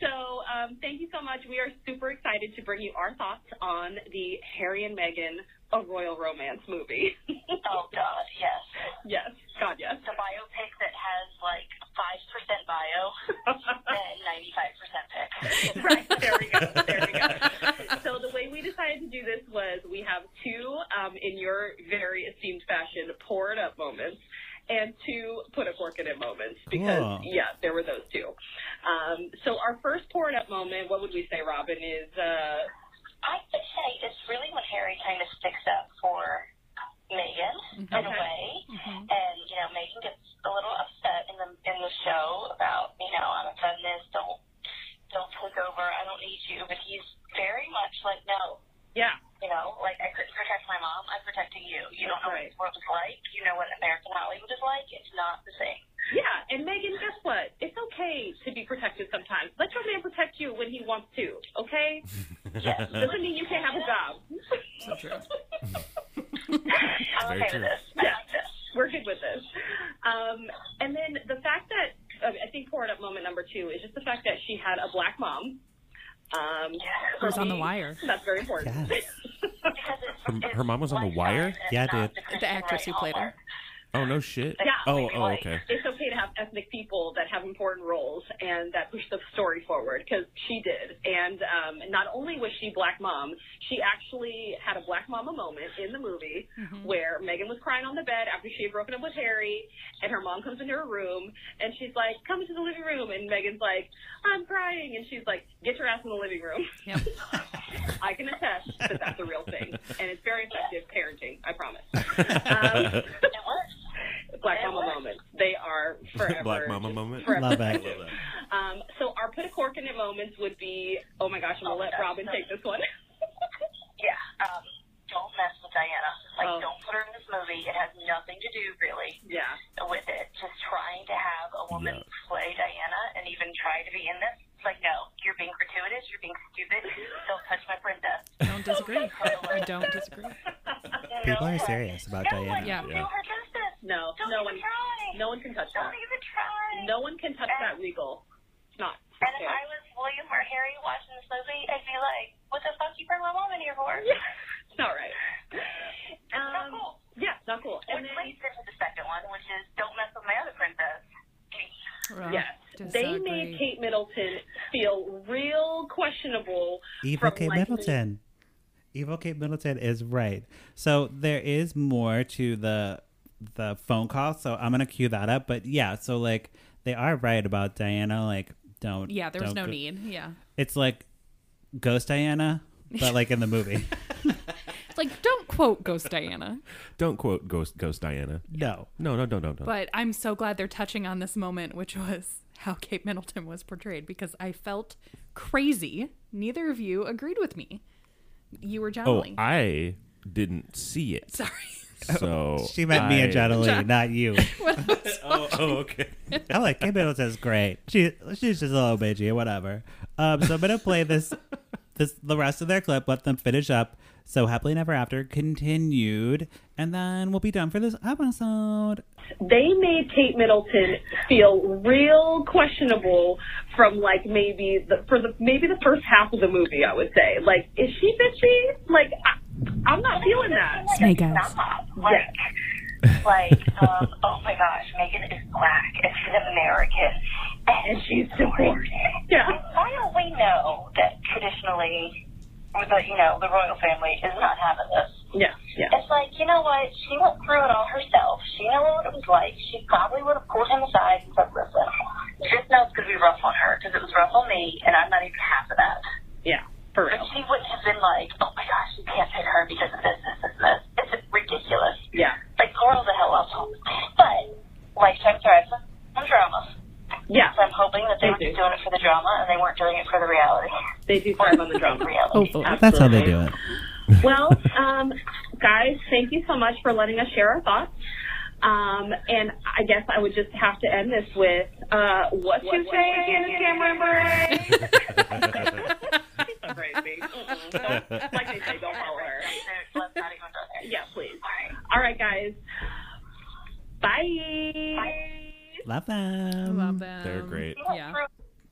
so, um, thank you so much. We are super excited to bring you our thoughts on the Harry and Meghan, a royal romance movie. [LAUGHS]
Oh, God, yes.
yes, God, yes.
The biopic that has like 5%
[LAUGHS]
bio and 95% pick.
right. There we go. There we go. So the way we decided to do this was we have two, um, in your very esteemed fashion, pour it up moments. And two put a cork in it moments because
Cool.
yeah, there were those two. Um, so our first pour it up moment, what would we say, Robin? Is uh,
I would say it's really when Harry kind of sticks up for Megan in a
Okay.
way.
Mm-hmm.
And, you know, Megan gets a little upset in the, in the show about, you know, I'm a feminist, don't, don't take over, I don't need you. But he's very much like, no,
yeah,
you know, like I couldn't protect my mom. I'm protecting you. You don't know what
Right.
this world is like. You know what American Hollywood is like. It's not the same.
yeah. And Megan, guess what? It's okay to be protected sometimes. Let your man protect you when he wants to. Okay? Doesn't mean you can't have a job.
So true.
I'm
Very
okay
true.
with this. I like this.
We're good with this. Um, and then the fact that I mean, I think poured up moment number two is just the fact that she had a black mom. Um,
It was
for
on the
me,
wire.
That's very important.
Yes.
Because it's,
Her-
it's
her mom was on The
lifestyle
Wire?
and
Yeah,
not
dude.
Christian
The actress who
right
played her.
hallmark.
Oh no shit.
Yeah,
Oh
like,
oh
like,
okay. [LAUGHS]
It's okay to have ethnic people that have important roles and that push the story forward because she did. And um, not only was she black mom, she actually had a black mama moment in the movie where Megan was crying on the bed after she had broken up with Harry, and her mom comes into her room and she's like, "Come into the living room," and Megan's like, "I'm crying," and she's like, "Get your ass in the living room."
Yep.
[LAUGHS] I can attest that that's a real thing, and it's very effective parenting. I promise. Um,
It works.
Black Mama moments. They are forever.
Black mama moment.
Forever.
Love it.
Um, so our put a cork in it moments would be, oh my gosh, I'm gonna let Robin take this one.
Yeah. Um, don't mess with Diana. Like,
Oh.
don't put her in this movie. It has nothing to do really
[LAUGHS] yeah,
with it. Just trying to have a woman
Yeah.
play Diana and even try to be in this. It's like, no, you're being gratuitous. You're being stupid. Don't touch my princess.
Don't [LAUGHS] disagree. I don't disagree.
People
No
are
one-
serious about
No
Diana.
one
Yeah.
can do her justice.
no,
Don't
no
even
one,
try.
no one can touch that.
Don't even try.
No one can touch that regal. It's not.
And if I was William or Harry watching this movie, I'd be like, what the fuck you bring my mom in here for?
Yeah. It's not right.
Not
Um,
cool.
yeah, it's not cool. And
Which
then,
leads into the second one, which is don't mess with my other princess.
Well,
yes, they
disagree.
made Kate Middleton feel real questionable.
Evil
from,
Kate
like,
Middleton. Evil Kate Middleton is right. So there is more to the the phone call. So I'm gonna cue that up. But yeah, so like they are right about Diana. Like don't.
Yeah, there was
don't
no
go-
need. Yeah.
It's like Ghost Diana, but like in the
[LAUGHS]
movie.
It's like, don't quote Ghost Diana.
Don't quote Ghost Ghost Diana.
no.
No no no no no.
But I'm so glad they're touching on this moment, which was how Kate Middleton was portrayed, because I felt crazy. Neither of you agreed with me. You were
oh
jowling.
I didn't see it.
Sorry.
So
[LAUGHS] She meant me and
I-
John Lee, not you.
[LAUGHS]
Oh, oh okay.
I like Kate Middleton's great. She she's just a little bitchy, whatever. Um, so I'm gonna play this this the rest of their clip. Let them finish up. So happily never after continued, and then we'll be done for this episode.
they made Kate Middleton feel real questionable from like maybe the for the maybe the first half of the movie. I would say like is she bitchy? Like I, I'm not feeling that.
Snake eyes. Stop. Like, like um, oh my gosh, Megan is black and she's American and she's divorced.
Yeah.
Why don't we know that traditionally, or the, you know, the royal family is not having this?
Yeah, yeah.
It's like, you know what? She went through it all herself. She knew what it was like. She probably would have pulled him aside and said, listen, just know it's going to be rough on her because it was rough on me and I'm not even half of that.
Yeah, for
But
real.
she wouldn't have been like, oh my gosh, you can't pick her because of this, this, this, and this. It's ridiculous.
Yeah.
Like, girl the hell up. But, Lifetime thrives on drama.
Yeah,
So I'm hoping that they
They
were just
do.
doing it for the drama and they weren't doing it for the reality.
they do thrive on the drama.
Reality. [LAUGHS]
Hopefully.
That's how they do it.
[LAUGHS] Well, um, guys, thank you so much for letting us share our thoughts. Um, and I guess I would just have to end this with uh, what, you say again, Cameron Bray? Crazy. Mm-mm. Don't- Like they say, don't follow her.
Let's not even go there.
Yeah, please. All right, guys. Bye.
Love them.
Love them.
They're great.
Yeah.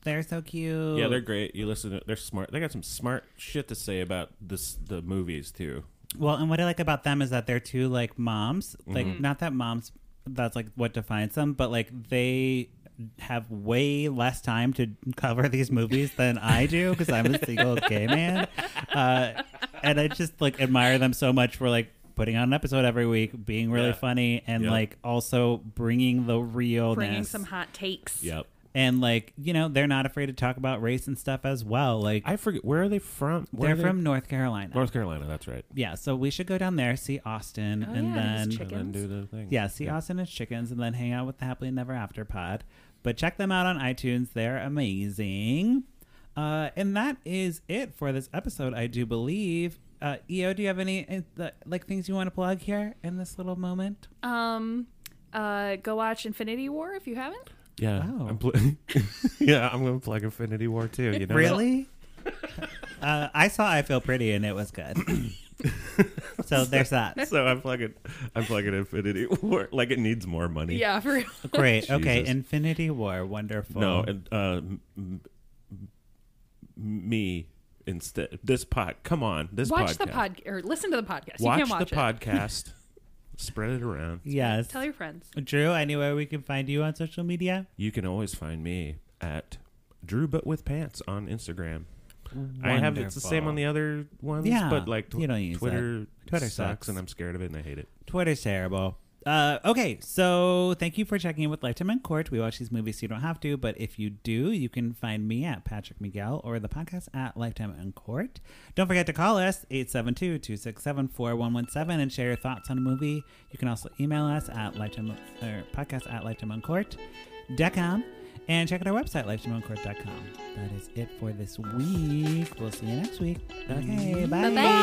They're so cute.
Yeah, they're great. You listen to, they're smart. They got some smart shit to say about this the movies too.
Well, and what I like about them is that they're two like moms. Like
Mm-hmm.
not that moms that's like what defines them, but like they have way less time to cover [LAUGHS] these movies than I do because I'm a single gay man. Uh, and I just like admire them so much for like putting on an episode every week, being really
Yeah.
funny, and
Yep.
like also bringing the realness
Bringing some hot takes.
Yep.
and like you know they're not afraid to talk about race and stuff as well. Like
I forget where are they from? Where
they're
are they-
from North Carolina.
North Carolina. That's right.
yeah, so we should go down there, see Austin,
Oh,
and
yeah,
then
these
And then do the thing.
yeah, see Austin and Chickens, and then hang out with the Happily Never After pod. But check them out on iTunes; they're amazing. Uh, and that is it for this episode, I do believe. Uh, Eo, do you have any uh, the- like things you want to plug here in this little moment?
Um, uh, go watch Infinity War if you haven't.
Yeah.
Oh.
Wow.
I'm pl- [LAUGHS] yeah, I'm gonna plug Infinity War too. You
[LAUGHS] [LAUGHS]
know.
really? uh, I saw I Feel Pretty, and it was good. So there's
[LAUGHS]
that.
[LAUGHS] So I'm plugging, I'm plugging Infinity War. Like it needs more money.
Yeah, for real.
Great. Okay.
Jesus.
Infinity War. Wonderful.
No, and uh, m- m- m- me instead. This pod. Come on, this
Watch
podcast.
the pod or listen to the podcast.
Watch
you can watch
the
it. [LAUGHS]
podcast. Spread it around.
Yes.
Tell your friends.
Drew, anywhere we can find you on social media?
You can always find me at Drew But With Pants on Instagram. I have it's the same
Wonderful.
on the other ones,
Yeah,
but like tw-
you don't use
Twitter,
that. Twitter
sucks,
sucks.
and I'm scared of it and I hate it.
Twitter's terrible. Uh, okay, so thank you for checking in with Lifetime in Court. We watch these movies so you don't have to, but if you do, you can find me at Patrick Miguel or the podcast at Lifetime in Court. Don't forget to call us 872 267 4117 and share your thoughts on a movie. You can also email us at lifetime or podcast at lifetimeoncourt.com and check out our website, lifetimeoncourt.com. That is it for this week. We'll see you next week. Okay, bye.
Bye.